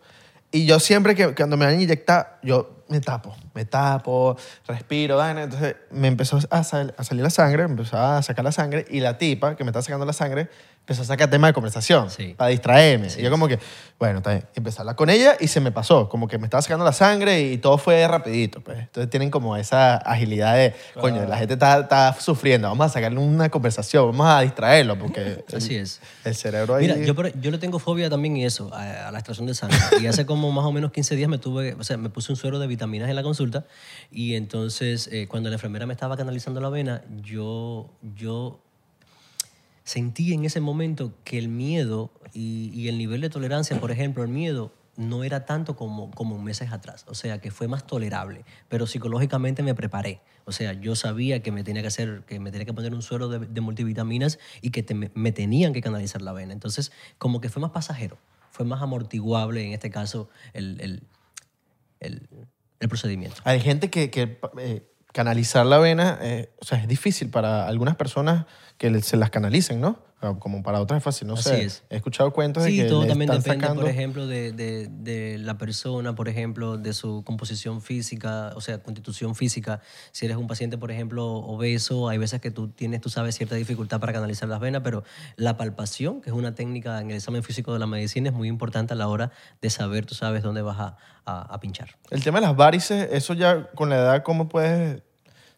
[SPEAKER 1] y yo siempre que cuando me van a inyectar, yo me tapo, me tapo, respiro, vaina. entonces me empezó a, sal- a salir la sangre, me empezó a sacar la sangre y la tipa que me estaba sacando la sangre empezó a sacar tema de conversación
[SPEAKER 3] Sí.
[SPEAKER 1] para distraerme. y yo como que, bueno, está bien. Empecé a hablar con ella y se me pasó, como que me estaba sacando la sangre y todo fue rapidito. Pues. Entonces tienen como esa agilidad de, coño, la gente está, está sufriendo, vamos a sacarle una conversación, vamos a distraerlo porque el-
[SPEAKER 3] Así es.
[SPEAKER 1] el cerebro ahí...
[SPEAKER 3] Mira, yo, por- yo le tengo fobia también y eso, a, a la extracción de sangre. Y hace como más o menos 15 días me tuve, o sea, me puse un suero de vitaminas en la consulta y entonces eh, cuando la enfermera me estaba canalizando la vena, yo, yo sentí en ese momento que el miedo y, y el nivel de tolerancia, por ejemplo, el miedo no era tanto como, como meses atrás, o sea, que fue más tolerable, pero psicológicamente me preparé, o sea, yo sabía que me tenía que hacer, que me tenía que poner un suero de, de multivitaminas y que te- me, me tenían que canalizar la vena, entonces como que fue más pasajero, fue más amortiguable en este caso el, el, el, el procedimiento.
[SPEAKER 1] Hay gente que, que, eh, canalizar la vena, eh, o sea, es difícil para algunas personas que le- se las canalicen, ¿no? O Como para otras es fácil, no
[SPEAKER 3] Así
[SPEAKER 1] sé.
[SPEAKER 3] es.
[SPEAKER 1] He escuchado cuentos
[SPEAKER 3] Sí,
[SPEAKER 1] de que
[SPEAKER 3] todo
[SPEAKER 1] le
[SPEAKER 3] también
[SPEAKER 1] están
[SPEAKER 3] depende,
[SPEAKER 1] sacando...
[SPEAKER 3] por ejemplo, de, de- de la persona, por ejemplo, de su composición física, o sea, constitución física. Si eres un paciente, por ejemplo, obeso, hay veces que tú tienes, tú sabes, cierta dificultad para canalizar las venas, pero la palpación, que es una técnica en el examen físico de la medicina, es muy importante a la hora de saber, tú sabes, dónde vas a, a- a pinchar.
[SPEAKER 1] El tema de las varices, eso ya con la edad, ¿cómo puedes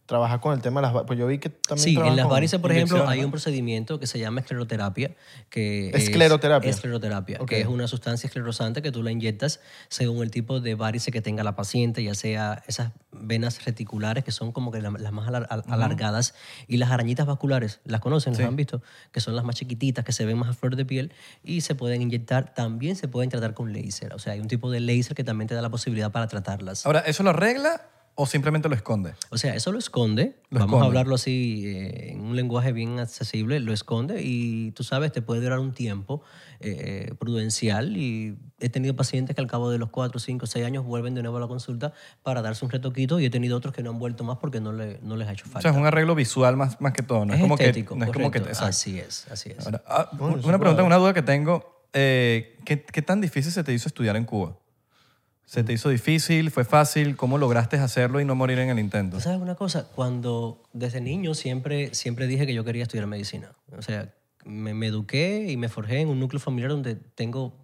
[SPEAKER 1] trabajar con el tema de las varices? Pues yo vi que también
[SPEAKER 3] Sí,
[SPEAKER 1] trabajas
[SPEAKER 3] en las
[SPEAKER 1] con
[SPEAKER 3] varices, por ejemplo,
[SPEAKER 1] inyecciones,
[SPEAKER 3] hay
[SPEAKER 1] ¿no?
[SPEAKER 3] un procedimiento que se llama escleroterapia. Que es-
[SPEAKER 1] Escleroterapia.
[SPEAKER 3] escleroterapia,
[SPEAKER 1] Ok.
[SPEAKER 3] que es una sustancia esclerosante que tú la inyectas según el tipo de varice que tenga la paciente, ya sea esas venas reticulares que son como que la- las más alar- al- alargadas y las arañitas vasculares, las conocen, las han visto, que son las más chiquititas, que se ven más a flor de piel y se pueden inyectar. También se pueden tratar con láser, o sea, hay un tipo de láser que también te da la posibilidad para tratarlas.
[SPEAKER 2] Ahora, ¿eso lo arregla o simplemente lo esconde?
[SPEAKER 3] O sea, eso lo esconde.
[SPEAKER 2] Lo
[SPEAKER 3] Vamos
[SPEAKER 2] esconde.
[SPEAKER 3] a hablarlo así eh, en un lenguaje bien accesible. Lo esconde y tú sabes, te puede durar un tiempo eh, prudencial. Y he tenido pacientes que al cabo de los 4, 5, 6 años vuelven de nuevo a la consulta para darse un retoquito y he tenido otros que no han vuelto más porque no, le- no les ha hecho
[SPEAKER 2] O
[SPEAKER 3] falta.
[SPEAKER 2] sea, es un arreglo visual más, más que todo. No es,
[SPEAKER 3] es
[SPEAKER 2] como
[SPEAKER 3] estético,
[SPEAKER 2] que, no es como que
[SPEAKER 3] correcto.
[SPEAKER 2] exacto.
[SPEAKER 3] Así es, así es.
[SPEAKER 2] Ahora, ah, un- una pregunta, una duda que tengo. eh, ¿qué, qué tan difícil se te hizo estudiar en Cuba? ¿Se
[SPEAKER 3] Mm.
[SPEAKER 2] te hizo difícil? ¿Fue fácil? ¿Cómo lograste hacerlo y no morir en el intento?
[SPEAKER 3] ¿Tú sabes una cosa? Cuando desde niño siempre, siempre dije que yo quería estudiar medicina. O sea, me, me eduqué y me forjé en un núcleo familiar donde tengo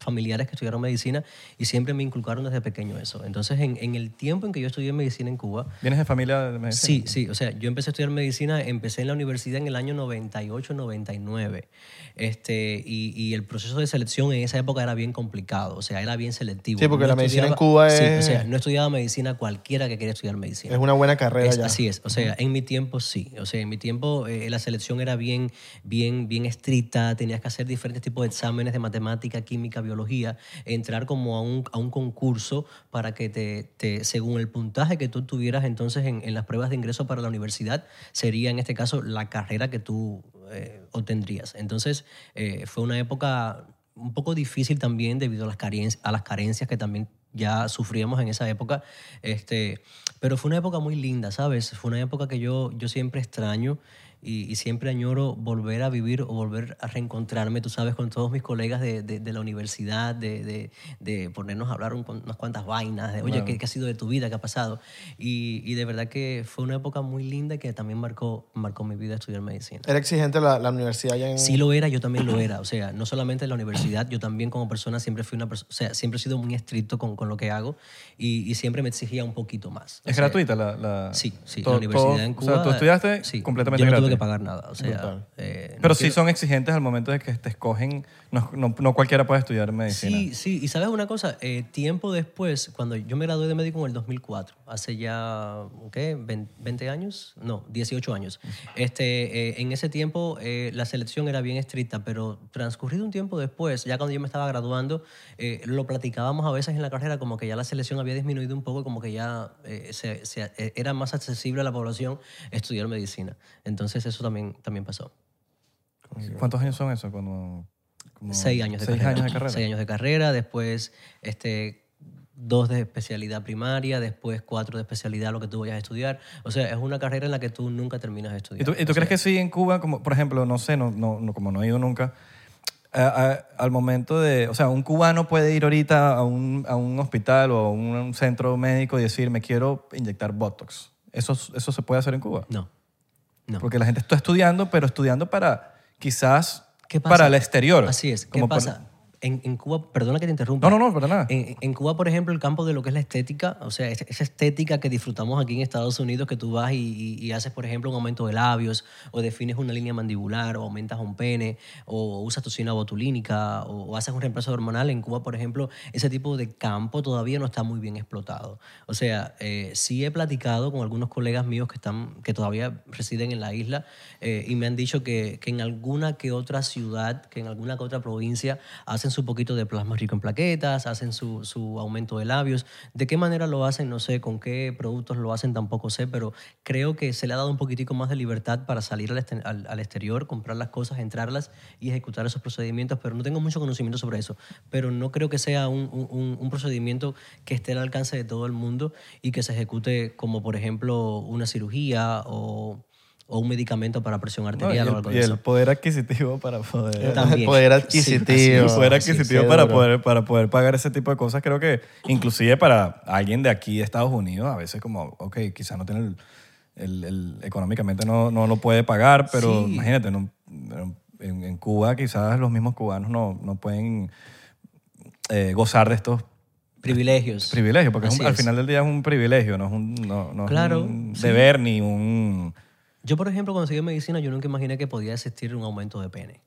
[SPEAKER 3] familiares que estudiaron medicina y siempre me inculcaron desde pequeño eso. Entonces, en, en el tiempo en que yo estudié medicina en Cuba,
[SPEAKER 2] ¿Vienes de familia de medicina?
[SPEAKER 3] Sí, sí, o sea, yo empecé a estudiar medicina, empecé en la universidad en el año 98, 99, este, y, y el proceso de selección en esa época era bien complicado, o sea, era bien selectivo.
[SPEAKER 1] Sí, porque la medicina en
[SPEAKER 3] estudiaba-
[SPEAKER 1] Cuba
[SPEAKER 3] sí,
[SPEAKER 1] es-
[SPEAKER 3] o sea, no estudiaba medicina cualquiera que quería estudiar medicina.
[SPEAKER 1] Es una buena carrera
[SPEAKER 3] Es-
[SPEAKER 1] ya.
[SPEAKER 3] Así es. O sea, en mi tiempo sí. O sea, en mi tiempo eh, la selección era bien, bien, bien estricta. Tenías que hacer diferentes tipos de exámenes de matemática, química, biología. Entrar como a un, a un concurso para que te, te- según el puntaje que tú tuvieras entonces en, en las pruebas de ingreso para la universidad, sería en este caso la carrera que tú eh, obtendrías. Entonces, eh, fue una época un poco difícil también debido a las, caren- a las carencias que también ya sufríamos en esa época. Este, pero fue una época muy linda, ¿sabes? Fue una época que yo, yo siempre extraño y, y siempre añoro volver a vivir o volver a reencontrarme, tú sabes, con todos mis colegas de, de- de la universidad, de, de- de ponernos a hablar un- unas cuantas vainas, de, oye, ¿qué, qué ha sido de tu vida? ¿Qué ha pasado? Y, y de verdad que fue una época muy linda que también marcó, marcó mi vida estudiar medicina.
[SPEAKER 1] Era exigente la, la universidad ya en...
[SPEAKER 3] Sí lo era, yo también lo era. O sea, no solamente en la universidad, yo también como persona siempre fui una persona, o sea, siempre he sido muy estricto con, con lo que hago y, y siempre me exigía un poquito más. O
[SPEAKER 2] ¿Es
[SPEAKER 3] sea,
[SPEAKER 2] gratuita la, la-
[SPEAKER 3] Sí, sí,
[SPEAKER 2] todo-
[SPEAKER 3] la universidad
[SPEAKER 2] todo-
[SPEAKER 3] en
[SPEAKER 2] o
[SPEAKER 3] Cuba.
[SPEAKER 2] sea, tú estudiaste
[SPEAKER 3] sí,
[SPEAKER 2] completamente
[SPEAKER 3] yo no
[SPEAKER 2] gratis.
[SPEAKER 3] tuve que pagar nada, o sea, eh, no
[SPEAKER 2] Pero sí
[SPEAKER 3] quiero-
[SPEAKER 2] son exigentes al momento de que te escogen. No, no- no cualquiera puede estudiar medicina.
[SPEAKER 3] Sí, sí, y sabes una cosa, Eh, tiempo después, cuando yo me gradué de médico en el 2004, hace ya, ¿qué? ¿20 20 años? No, 18 años. Este, eh, en ese tiempo eh, la selección era bien estricta, pero transcurrido un tiempo después, ya cuando yo me estaba graduando, eh, lo platicábamos a veces en la carrera como que ya la selección había disminuido un poco, como que ya eh, se- se- eh, era más accesible a la población estudiar medicina. Entonces eso también, también pasó.
[SPEAKER 2] ¿Cuántos años son eso? Cuando, como-
[SPEAKER 3] Seis años de
[SPEAKER 2] seis
[SPEAKER 3] carrera.
[SPEAKER 2] años de carrera.
[SPEAKER 3] Seis años de carrera, después este, dos de especialidad primaria, después cuatro de especialidad, lo que tú vayas a estudiar. O sea, es una carrera en la que tú nunca terminas de
[SPEAKER 2] ¿Y
[SPEAKER 3] estudiar.
[SPEAKER 2] tú, y tú crees que sí en Cuba, como por ejemplo, no sé, no, no, no- como no he ido nunca, a- a- al momento de, o sea, un cubano puede ir ahorita a un, a un hospital o a un, un centro médico y decir, me quiero inyectar Botox. ¿Eso, eso se puede hacer en Cuba?
[SPEAKER 3] No. No.
[SPEAKER 2] Porque la gente está estudiando, pero estudiando para quizás
[SPEAKER 3] ¿Qué pasa?
[SPEAKER 2] para el exterior.
[SPEAKER 3] Así es. ¿Qué
[SPEAKER 2] Como por-
[SPEAKER 3] pasa? En, en Cuba, perdona que te interrumpa.
[SPEAKER 2] No, no, no, para nada.
[SPEAKER 3] En, en Cuba, por ejemplo, el campo de lo que es la estética, o sea, es- esa estética que disfrutamos aquí en Estados Unidos, que tú vas y, y- y haces, por ejemplo, un aumento de labios, o defines una línea mandibular, o aumentas un pene, o usas toxina botulínica, o, o haces un reemplazo hormonal. En Cuba, por ejemplo, ese tipo de campo todavía no está muy bien explotado. O sea, eh, sí he platicado con algunos colegas míos que, están, que todavía residen en la isla eh, y me han dicho que, que en alguna que otra ciudad, que en alguna que otra provincia hacen su poquito de plasma rico en plaquetas, hacen su, su aumento de labios. ¿De qué manera lo hacen? No sé, con qué productos lo hacen tampoco sé, pero creo que se le ha dado un poquitico más de libertad para salir al, este- al- al exterior, comprar las cosas, entrarlas y ejecutar esos procedimientos, pero no tengo mucho conocimiento sobre eso. Pero no creo que sea un, un- un- un procedimiento que esté al alcance de todo el mundo y que se ejecute como, por ejemplo, una cirugía o, o un medicamento para presión
[SPEAKER 2] No, y
[SPEAKER 3] arterial o algo
[SPEAKER 2] el,
[SPEAKER 3] de
[SPEAKER 2] y
[SPEAKER 3] eso. Eh,
[SPEAKER 2] el poder adquisitivo para poder...
[SPEAKER 3] También.
[SPEAKER 1] Poder
[SPEAKER 3] Sí,
[SPEAKER 1] adquisitivo.
[SPEAKER 2] el poder
[SPEAKER 1] Sí,
[SPEAKER 2] adquisitivo
[SPEAKER 1] sí,
[SPEAKER 2] para,
[SPEAKER 1] duro.
[SPEAKER 2] poder, para poder pagar ese tipo de cosas, creo que inclusive para alguien de aquí de Estados Unidos, a veces como, ok, quizás no tiene el, el- el- económicamente no, no lo puede pagar, pero
[SPEAKER 3] Sí.
[SPEAKER 2] imagínate, en, un- en- en Cuba quizás los mismos cubanos no, no pueden eh, gozar de estos
[SPEAKER 3] Privilegios.
[SPEAKER 2] privilegios, porque es un-
[SPEAKER 3] Así
[SPEAKER 2] al
[SPEAKER 3] es.
[SPEAKER 2] final del día es un privilegio, no es un, no- no es
[SPEAKER 3] Claro,
[SPEAKER 2] un
[SPEAKER 3] sí.
[SPEAKER 2] deber ni un...
[SPEAKER 3] Yo, por ejemplo, cuando estudié medicina, yo nunca imaginé que podía existir un aumento de pene.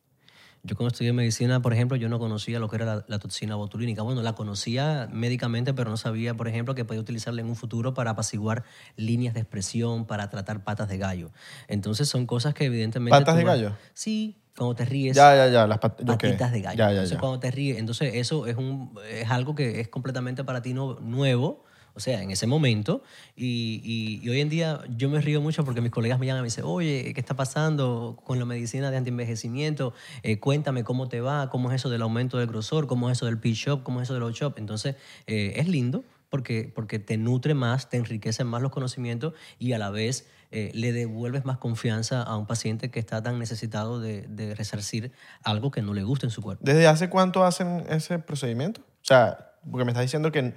[SPEAKER 3] Yo cuando estudié medicina, por ejemplo, yo no conocía lo que era la, la toxina botulínica. Bueno, la conocía médicamente, pero no sabía, por ejemplo, que podía utilizarla en un futuro para apaciguar líneas de expresión, para tratar patas de gallo. Entonces son cosas que evidentemente...
[SPEAKER 1] ¿Patas
[SPEAKER 3] tú
[SPEAKER 1] de
[SPEAKER 3] vas-
[SPEAKER 1] gallo?
[SPEAKER 3] Sí, cuando te ríes
[SPEAKER 1] Ya, ya, ya. Las pat- ok.
[SPEAKER 3] patitas de gallo.
[SPEAKER 1] Ya, ya,
[SPEAKER 3] entonces,
[SPEAKER 1] ya.
[SPEAKER 3] cuando te ríes, entonces eso es, un, es algo que es completamente para ti no- nuevo, o sea, en ese momento. Y, y- y hoy en día yo me río mucho porque mis colegas me llaman y me dicen, oye, ¿qué está pasando con la medicina de antienvejecimiento? Eh, cuéntame cómo te va, cómo es eso del aumento del grosor, cómo es eso del P-Shop, cómo es eso del O-Shop. Entonces, eh, es lindo. Porque, porque te nutre más, te enriquece más los conocimientos y a la vez eh, le devuelves más confianza a un paciente que está tan necesitado de, de resarcir algo que no le gusta en su cuerpo.
[SPEAKER 1] ¿Desde hace cuánto hacen ese procedimiento? O sea, porque me estás diciendo que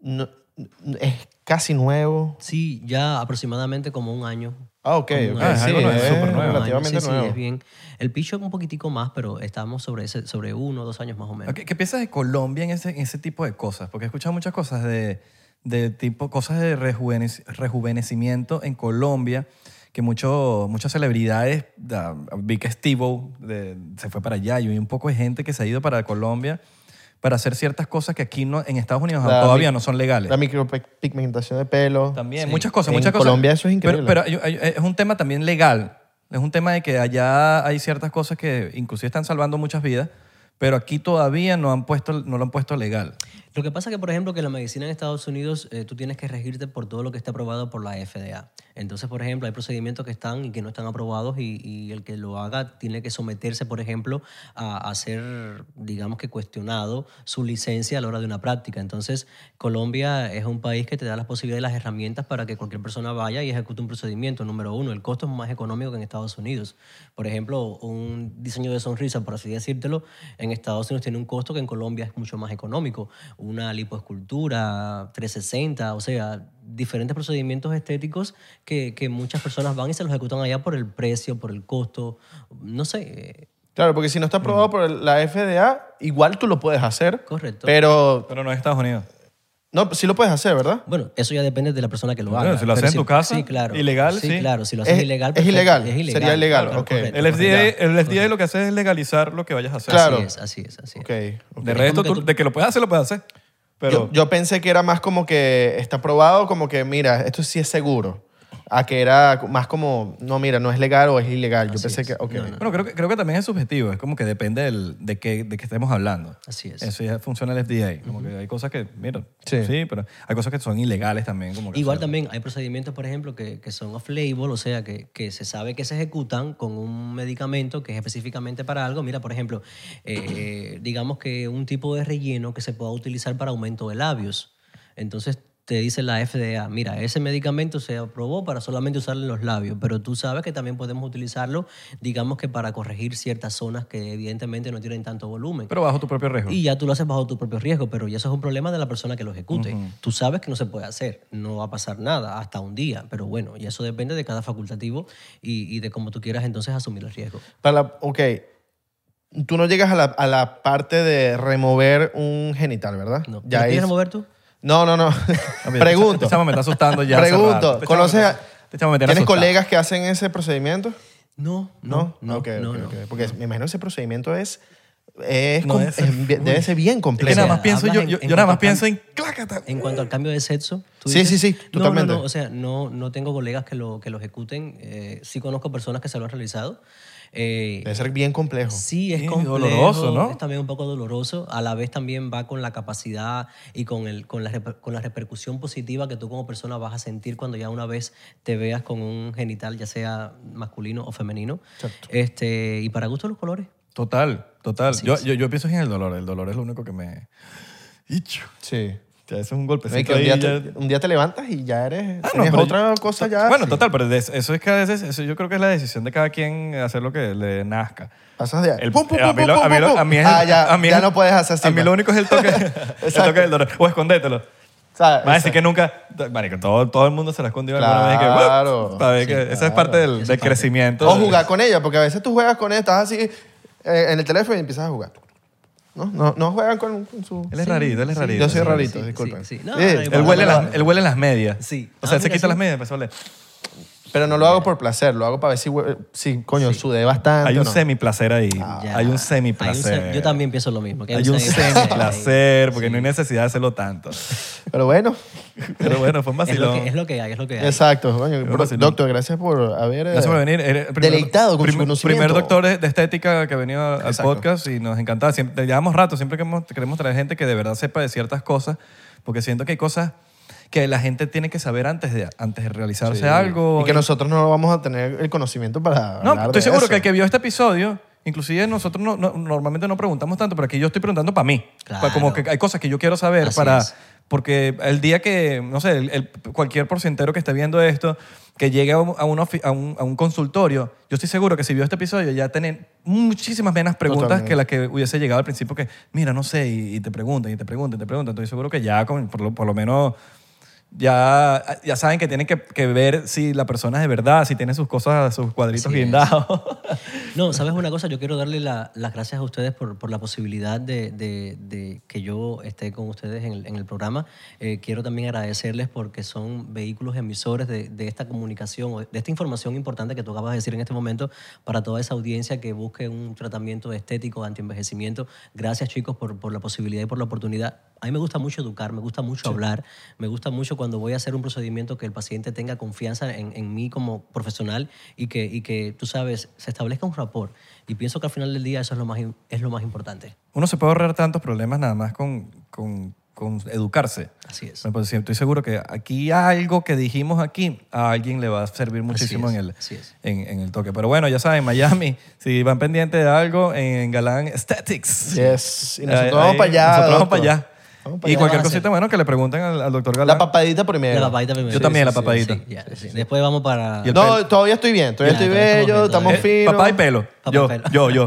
[SPEAKER 1] no- n- es casi nuevo.
[SPEAKER 3] Sí, ya aproximadamente como un año.
[SPEAKER 1] Ah, ok. ok,
[SPEAKER 3] Como un año.
[SPEAKER 2] es
[SPEAKER 1] sí,
[SPEAKER 2] algo nuevo,
[SPEAKER 1] es
[SPEAKER 2] súper nuevo.
[SPEAKER 1] relativamente
[SPEAKER 3] Sí, sí,
[SPEAKER 1] nuevo.
[SPEAKER 3] es bien. El picho un poquitico más, pero estamos sobre, ese, sobre uno o dos años más o menos.
[SPEAKER 2] ¿Qué, qué piensas de Colombia en ese, en ese tipo de cosas? Porque he escuchado muchas cosas de, de tipo, cosas de rejuvene- rejuvenecimiento en Colombia, que mucho, muchas celebridades, da- vi que Steve se fue para allá y hay un poco de gente que se ha ido para Colombia para hacer ciertas cosas que aquí no, en Estados Unidos
[SPEAKER 1] La
[SPEAKER 2] todavía
[SPEAKER 1] mi-
[SPEAKER 2] no son legales.
[SPEAKER 1] La micropigmentación de pelo.
[SPEAKER 2] También, muchas cosas,
[SPEAKER 1] En
[SPEAKER 2] muchas cosas.
[SPEAKER 1] Colombia eso es increíble.
[SPEAKER 2] Pero, pero hay- hay- es un tema también legal. Es un tema de que allá hay ciertas cosas que inclusive están salvando muchas vidas, pero aquí todavía no, han puesto, no lo han puesto legal.
[SPEAKER 3] Lo que pasa es que, por ejemplo, que la medicina en Estados Unidos, eh, tú tienes que regirte por todo lo que está aprobado por la FDA. Entonces, por ejemplo, hay procedimientos que están y que no están aprobados y, y el que lo haga tiene que someterse, por ejemplo, a, a ser, digamos que cuestionado su licencia a la hora de una práctica. Entonces, Colombia es un país que te da las posibilidades, las herramientas para que cualquier persona vaya y ejecute un procedimiento. Número uno, el costo es más económico que en Estados Unidos. Por ejemplo, un diseño de sonrisa, por así decírtelo, en Estados Unidos tiene un costo que en Colombia es mucho más económico. Una lipoescultura, 360, o sea, diferentes procedimientos estéticos que, que muchas personas van y se los ejecutan allá por el precio, por el costo, no sé, eh,
[SPEAKER 1] Claro, porque si no está aprobado por el- la FDA, igual tú lo puedes hacer.
[SPEAKER 3] Mm. correcto.
[SPEAKER 1] Pero.
[SPEAKER 2] Pero no en Estados Unidos.
[SPEAKER 1] No, sí lo puedes hacer, ¿verdad?
[SPEAKER 3] Bueno, eso ya depende de la persona que lo
[SPEAKER 2] Bueno,
[SPEAKER 3] haga.
[SPEAKER 2] si lo haces
[SPEAKER 3] Pero
[SPEAKER 2] en tu casa,
[SPEAKER 3] Sí, claro.
[SPEAKER 2] ilegal, sí.
[SPEAKER 3] claro. Si lo haces
[SPEAKER 1] Es-
[SPEAKER 3] ilegal,
[SPEAKER 1] es
[SPEAKER 3] perfecto,
[SPEAKER 1] ilegal, sería ilegal, ok.
[SPEAKER 3] correcto,
[SPEAKER 2] El
[SPEAKER 3] correcto.
[SPEAKER 2] FDA, el FDA lo que hace es legalizar lo que vayas a hacer.
[SPEAKER 1] Claro.
[SPEAKER 3] Así es, así es, así es.
[SPEAKER 1] Ok. ok.
[SPEAKER 2] De resto,
[SPEAKER 3] como que
[SPEAKER 2] tú-
[SPEAKER 3] tú-
[SPEAKER 2] de que lo puedas hacer, lo puedes hacer. Pero
[SPEAKER 1] yo, yo pensé que era más como que está aprobado, como que mira, esto sí es seguro. A que era más como, no, mira, no es legal o es ilegal. Yo pensé que, ok.
[SPEAKER 2] bueno, creo, que, creo que también es subjetivo. Es como que depende del- de, qué, de qué estemos hablando.
[SPEAKER 3] Así es.
[SPEAKER 2] Eso ya funciona el FDA. Como que hay cosas que, mira, sí.
[SPEAKER 1] Sí.
[SPEAKER 2] pero hay cosas que son ilegales también. Como que o
[SPEAKER 3] Igual
[SPEAKER 2] sea,
[SPEAKER 3] también hay procedimientos, por ejemplo, que, que son off-label, o sea, que, que se sabe que se ejecutan con un medicamento que es específicamente para algo. Mira, por ejemplo, eh, eh, digamos que un tipo de relleno que se pueda utilizar para aumento de labios. Entonces te dice la FDA, mira, ese medicamento se aprobó para solamente usarlo en los labios, pero tú sabes que también podemos utilizarlo, digamos que para corregir ciertas zonas que evidentemente no tienen tanto volumen.
[SPEAKER 2] Pero bajo tu propio riesgo.
[SPEAKER 3] Y ya tú lo haces bajo tu propio riesgo, pero ya eso es un problema de la persona que lo ejecute. Tú sabes que no se puede hacer, no va a pasar nada hasta un día, pero bueno, y eso depende de cada facultativo y, y de cómo tú quieras entonces asumir el riesgo.
[SPEAKER 1] Para la- ok. Tú no llegas a la, a la parte de remover un genital, ¿verdad?
[SPEAKER 3] No. ¿Te
[SPEAKER 1] Ya
[SPEAKER 3] la quieres
[SPEAKER 1] es-
[SPEAKER 3] remover tú?
[SPEAKER 1] No, no, no.
[SPEAKER 2] Ah, mira, Este
[SPEAKER 1] Pregunto.
[SPEAKER 2] chamo me está asustando ya. hace
[SPEAKER 1] Pregunto,
[SPEAKER 2] rato. Este chamo
[SPEAKER 1] ¿conoces
[SPEAKER 2] me
[SPEAKER 1] a-
[SPEAKER 2] está- este chamo me tiene
[SPEAKER 1] ¿Tienes
[SPEAKER 2] asustado.
[SPEAKER 1] colegas que hacen ese procedimiento?
[SPEAKER 3] No, no,
[SPEAKER 1] No,
[SPEAKER 3] no,
[SPEAKER 1] Ok,
[SPEAKER 3] no,
[SPEAKER 1] ok,
[SPEAKER 3] no.
[SPEAKER 1] ok. Porque me imagino ese procedimiento es. es
[SPEAKER 2] No,
[SPEAKER 1] com-
[SPEAKER 2] debe ser-
[SPEAKER 1] es bien- debe ser bien
[SPEAKER 2] Es que
[SPEAKER 1] complejo.
[SPEAKER 2] nada
[SPEAKER 3] sea,
[SPEAKER 2] más pienso, yo,
[SPEAKER 3] hablas en-
[SPEAKER 2] yo,
[SPEAKER 3] en
[SPEAKER 2] yo nada más
[SPEAKER 3] cuanto a-
[SPEAKER 2] pienso en clácata.
[SPEAKER 3] En cuanto al cambio de sexo, ¿tú
[SPEAKER 1] Sí,
[SPEAKER 3] dices?
[SPEAKER 1] sí, sí,
[SPEAKER 3] No,
[SPEAKER 1] totalmente.
[SPEAKER 3] No, no, o sea, no, no tengo colegas que lo, que lo ejecuten. eh, sí conozco personas que se lo han realizado. Eh,
[SPEAKER 1] Debe ser bien complejo.
[SPEAKER 3] Sí, es
[SPEAKER 2] Sí,
[SPEAKER 3] complejo,
[SPEAKER 2] doloroso, ¿no?
[SPEAKER 3] Es también un poco doloroso. A la vez también va con la capacidad y con, el, con, la, reper- con la repercusión positiva que tú como persona vas a sentir cuando ya una vez te veas con un genital, ya sea masculino o femenino. Este, y para gusto los colores.
[SPEAKER 2] Total, total. Yo, yo, yo pienso en el dolor. El dolor es lo único que me... Ichu.
[SPEAKER 1] Sí.
[SPEAKER 2] Ya, eso es un
[SPEAKER 1] No, y
[SPEAKER 2] golpecito
[SPEAKER 1] que un,
[SPEAKER 2] ahí,
[SPEAKER 1] día
[SPEAKER 2] Pues ya-
[SPEAKER 1] te, un día te levantas y ya eres.
[SPEAKER 2] Ah, no,
[SPEAKER 1] tienes
[SPEAKER 2] pero
[SPEAKER 1] otra
[SPEAKER 2] yo-
[SPEAKER 1] cosa ya.
[SPEAKER 2] Bueno,
[SPEAKER 1] sí.
[SPEAKER 2] total, pero de- eso es que a veces, eso yo creo que es la decisión de cada quien hacer lo que le nazca.
[SPEAKER 1] Pasas de.
[SPEAKER 2] El- eh,
[SPEAKER 1] pum, pum,
[SPEAKER 2] a
[SPEAKER 1] pum,
[SPEAKER 2] mí lo-
[SPEAKER 1] pum,
[SPEAKER 2] a mí
[SPEAKER 1] pum,
[SPEAKER 2] lo-
[SPEAKER 1] pum.
[SPEAKER 2] a mí es-
[SPEAKER 1] Ah, ya,
[SPEAKER 2] a mí
[SPEAKER 1] ya
[SPEAKER 2] es-
[SPEAKER 1] no puedes hacer así.
[SPEAKER 2] A mí lo único es el toque, el toque del dolor. O escondételo.
[SPEAKER 1] O sea,
[SPEAKER 2] Vas a decir
[SPEAKER 1] exacto.
[SPEAKER 2] que nunca. Marico, todo, todo el mundo se la ha escondido alguna vez. y Que,
[SPEAKER 1] Claro.
[SPEAKER 2] "Ups", para ver que Eso es parte del, del crecimiento.
[SPEAKER 1] O jugar con ella, porque a veces tú juegas con ella, estás así eh, en el teléfono y empiezas a jugar. No, no, no juegan con, con su.
[SPEAKER 2] Él es rarito, él es rarito.
[SPEAKER 1] Yo soy
[SPEAKER 2] Sí.
[SPEAKER 1] rarito,
[SPEAKER 3] sí,
[SPEAKER 1] disculpen.
[SPEAKER 3] sí, sí. No,
[SPEAKER 1] Sí,
[SPEAKER 3] no, no,
[SPEAKER 2] Él
[SPEAKER 3] igual.
[SPEAKER 2] huele, las, él huele las medias.
[SPEAKER 3] Sí.
[SPEAKER 2] O sea,
[SPEAKER 3] Ah,
[SPEAKER 2] él se
[SPEAKER 3] mira,
[SPEAKER 2] quita
[SPEAKER 3] sí.
[SPEAKER 2] las medias pues, y empezó a oler.
[SPEAKER 1] Pero no lo hago por placer, lo hago para ver si, hue- si coño, sudé bastante.
[SPEAKER 2] Hay
[SPEAKER 1] o
[SPEAKER 2] un
[SPEAKER 1] no.
[SPEAKER 2] semiplacer ahí.
[SPEAKER 3] Ya.
[SPEAKER 2] Ah, Hay un
[SPEAKER 3] Hay un
[SPEAKER 2] semiplacer.
[SPEAKER 3] se- Yo también pienso lo mismo. que
[SPEAKER 2] Hay un
[SPEAKER 3] semi-
[SPEAKER 2] semiplacer, porque no hay necesidad de hacerlo tanto.
[SPEAKER 1] Pero bueno,
[SPEAKER 2] Pero bueno, fue un
[SPEAKER 3] Es lo,
[SPEAKER 2] vacilón.
[SPEAKER 3] que, es lo que hay, es lo que hay.
[SPEAKER 1] exacto. coño,
[SPEAKER 2] Yo
[SPEAKER 1] pro-
[SPEAKER 2] creo que sí, ¿no?
[SPEAKER 1] doctor, gracias por haber. eh,
[SPEAKER 2] Gracias por venir. Eres el primer-
[SPEAKER 1] Deleitado con su
[SPEAKER 2] prim-
[SPEAKER 1] conocimiento.
[SPEAKER 2] Primer doctor de de estética que ha venido al
[SPEAKER 1] Exacto.
[SPEAKER 2] podcast y nos encantaba. Siempre, te llevamos rato, siempre queremos, queremos traer gente que de verdad sepa de ciertas cosas, porque siento que hay cosas que la gente tiene que saber antes de, antes de realizarse algo.
[SPEAKER 1] Y que nosotros no vamos a tener el conocimiento para.
[SPEAKER 2] No,
[SPEAKER 1] hablar
[SPEAKER 2] estoy
[SPEAKER 1] de
[SPEAKER 2] seguro
[SPEAKER 1] eso.
[SPEAKER 2] que el que vio este episodio, inclusive nosotros no- no- normalmente no preguntamos tanto, pero aquí yo estoy preguntando para mí.
[SPEAKER 3] Claro.
[SPEAKER 2] Pa- Como que hay cosas que yo quiero saber
[SPEAKER 3] Así
[SPEAKER 2] para...
[SPEAKER 3] es.
[SPEAKER 2] Porque el día que, no sé, el- el- cualquier porcentero que esté viendo esto, que llegue a un, a un ofi- a un- a un consultorio, yo estoy seguro que si vio este episodio ya tienen muchísimas menos preguntas
[SPEAKER 1] Totalmente.
[SPEAKER 2] que las que hubiese llegado al principio que, mira, no sé, y, y te preguntan, y te preguntan, y te preguntan. Estoy seguro que ya, con- por, lo, por lo menos, ya, ya saben que tienen que, que ver si la persona es de verdad, si tiene sus cosas, sus cuadritos
[SPEAKER 3] Así es.
[SPEAKER 2] guindados.
[SPEAKER 3] No, ¿sabes una cosa? Yo quiero darle la- las gracias a ustedes por, por la posibilidad de, de- de que yo esté con ustedes en el, en el programa. Eh, quiero también agradecerles porque son vehículos emisores de, de esta comunicación, o de esta información importante que tú acabas de decir en este momento para toda esa audiencia que busque un tratamiento estético, de antienvejecimiento. Gracias, chicos, por, por la posibilidad y por la oportunidad. A mí me gusta mucho educar, me gusta mucho hablar, me gusta mucho cuando voy a hacer un procedimiento que el paciente tenga confianza en, en mí como profesional y que, y que, tú sabes, se establezca un rapport. Y pienso que al final del día eso es lo más, im- es lo más importante.
[SPEAKER 2] Uno se puede ahorrar tantos problemas nada más con, con- con educarse.
[SPEAKER 3] Así es.
[SPEAKER 2] Bueno, pues sí, estoy seguro que aquí algo que dijimos aquí a alguien le va a servir muchísimo
[SPEAKER 3] es,
[SPEAKER 2] en, el,
[SPEAKER 3] así es.
[SPEAKER 2] en, en el toque. Pero bueno, ya saben, Miami, si van pendiente de algo, en Galán Aesthetics.
[SPEAKER 1] Yes. Y nosotros
[SPEAKER 2] Ahí-
[SPEAKER 1] vamos
[SPEAKER 2] ahí,
[SPEAKER 1] para allá.
[SPEAKER 2] Nosotros vamos
[SPEAKER 1] doctor.
[SPEAKER 2] para allá.
[SPEAKER 1] Vamos para
[SPEAKER 2] Y
[SPEAKER 1] allá.
[SPEAKER 2] cualquier
[SPEAKER 3] Vamos a
[SPEAKER 2] cosita, bueno, que le pregunten al, al doctor Galán.
[SPEAKER 1] La papadita primero.
[SPEAKER 3] La papadita primero.
[SPEAKER 2] Yo también, la papadita.
[SPEAKER 3] sí, ya, sí. Después vamos para...
[SPEAKER 2] Y el-
[SPEAKER 1] No, todavía estoy bien, todavía
[SPEAKER 3] Ya,
[SPEAKER 1] estoy bello,
[SPEAKER 3] todavía estamos bien,
[SPEAKER 1] estamos
[SPEAKER 2] Eh,
[SPEAKER 1] finos.
[SPEAKER 2] papá y pelo.
[SPEAKER 3] Papá y
[SPEAKER 2] yo,
[SPEAKER 3] pelo.
[SPEAKER 2] yo, yo.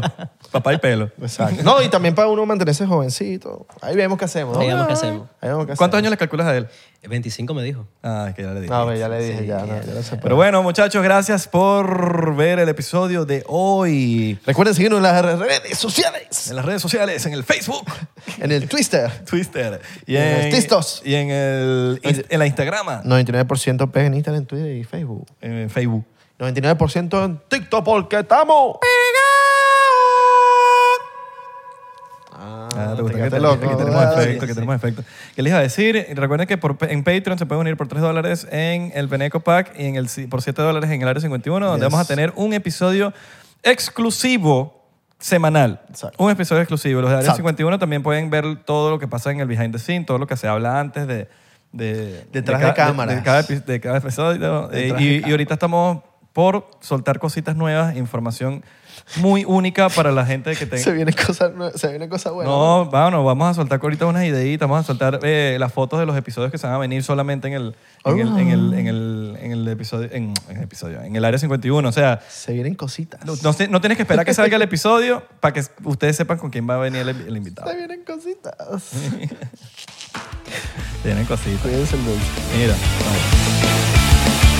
[SPEAKER 2] Papá y pelo.
[SPEAKER 1] Exacto. No, y también para uno mantenerse jovencito. Ahí vemos qué hacemos. ¿no?
[SPEAKER 3] Ahí vemos qué hacemos.
[SPEAKER 1] Ahí vemos qué
[SPEAKER 2] ¿Cuántos
[SPEAKER 1] hacemos.
[SPEAKER 2] años le calculas a él?
[SPEAKER 3] 25 me dijo.
[SPEAKER 2] Ah, es que ya le dije.
[SPEAKER 1] No, ve, ya le dije, ya, no, ya no se puede.
[SPEAKER 2] Pero bueno, muchachos, gracias por ver el episodio de hoy.
[SPEAKER 1] Recuerden seguirnos en las redes sociales,
[SPEAKER 2] En las redes sociales, en el Facebook,
[SPEAKER 1] en el Twitter.
[SPEAKER 2] Twitter y
[SPEAKER 1] En
[SPEAKER 2] en,
[SPEAKER 1] el Tistos.
[SPEAKER 2] Y en, el, inst- en la Instagrama,
[SPEAKER 1] 99% pega en Instagram, Twitter y Facebook.
[SPEAKER 2] en Facebook.
[SPEAKER 1] 99% en TikTok porque estamos. Ah,
[SPEAKER 2] Ah, te
[SPEAKER 1] te
[SPEAKER 2] gusta que,
[SPEAKER 1] quedaste
[SPEAKER 2] te-
[SPEAKER 1] loco, Ah,
[SPEAKER 2] que tenemos
[SPEAKER 1] ¿verdad?
[SPEAKER 2] efecto, que tenemos efecto. ¿Qué les iba a decir? Recuerden que por, en Patreon se pueden unir por 3 dólares en el Beneco Pack y en el, ci- por 7 dólares en el Área 51, donde
[SPEAKER 1] Yes.
[SPEAKER 2] vamos a tener un episodio exclusivo semanal.
[SPEAKER 1] Exacto.
[SPEAKER 2] Un episodio exclusivo. Los de Área
[SPEAKER 1] Exacto.
[SPEAKER 2] 51 también pueden ver todo lo que pasa en el behind the scene, todo lo que se habla antes de... de
[SPEAKER 1] Detrás de
[SPEAKER 2] ca-
[SPEAKER 1] cámaras.
[SPEAKER 2] De, cada, epi- de cada episodio. Eh,
[SPEAKER 1] Detrás de
[SPEAKER 2] y, y ahorita estamos por soltar cositas nuevas, información muy única para la gente que tenga
[SPEAKER 1] Se vienen cosas nue- se vienen cosas buenas.
[SPEAKER 2] no, vámonos, vamos a soltar ahorita unas ideitas, vamos a soltar eh, las fotos de los episodios que se van a venir solamente en el, en el, en el, en el- en el episodio, en, en el episodio, en el área 51. O sea,
[SPEAKER 1] Se vienen cositas.
[SPEAKER 2] no, no se- no tienes que esperar que salga el episodio para que ustedes sepan con quién va a venir el, el invitado.
[SPEAKER 1] Se vienen cositas.
[SPEAKER 2] Tienen cositas.
[SPEAKER 1] Cuídense el dulce.
[SPEAKER 2] Mira. vamos.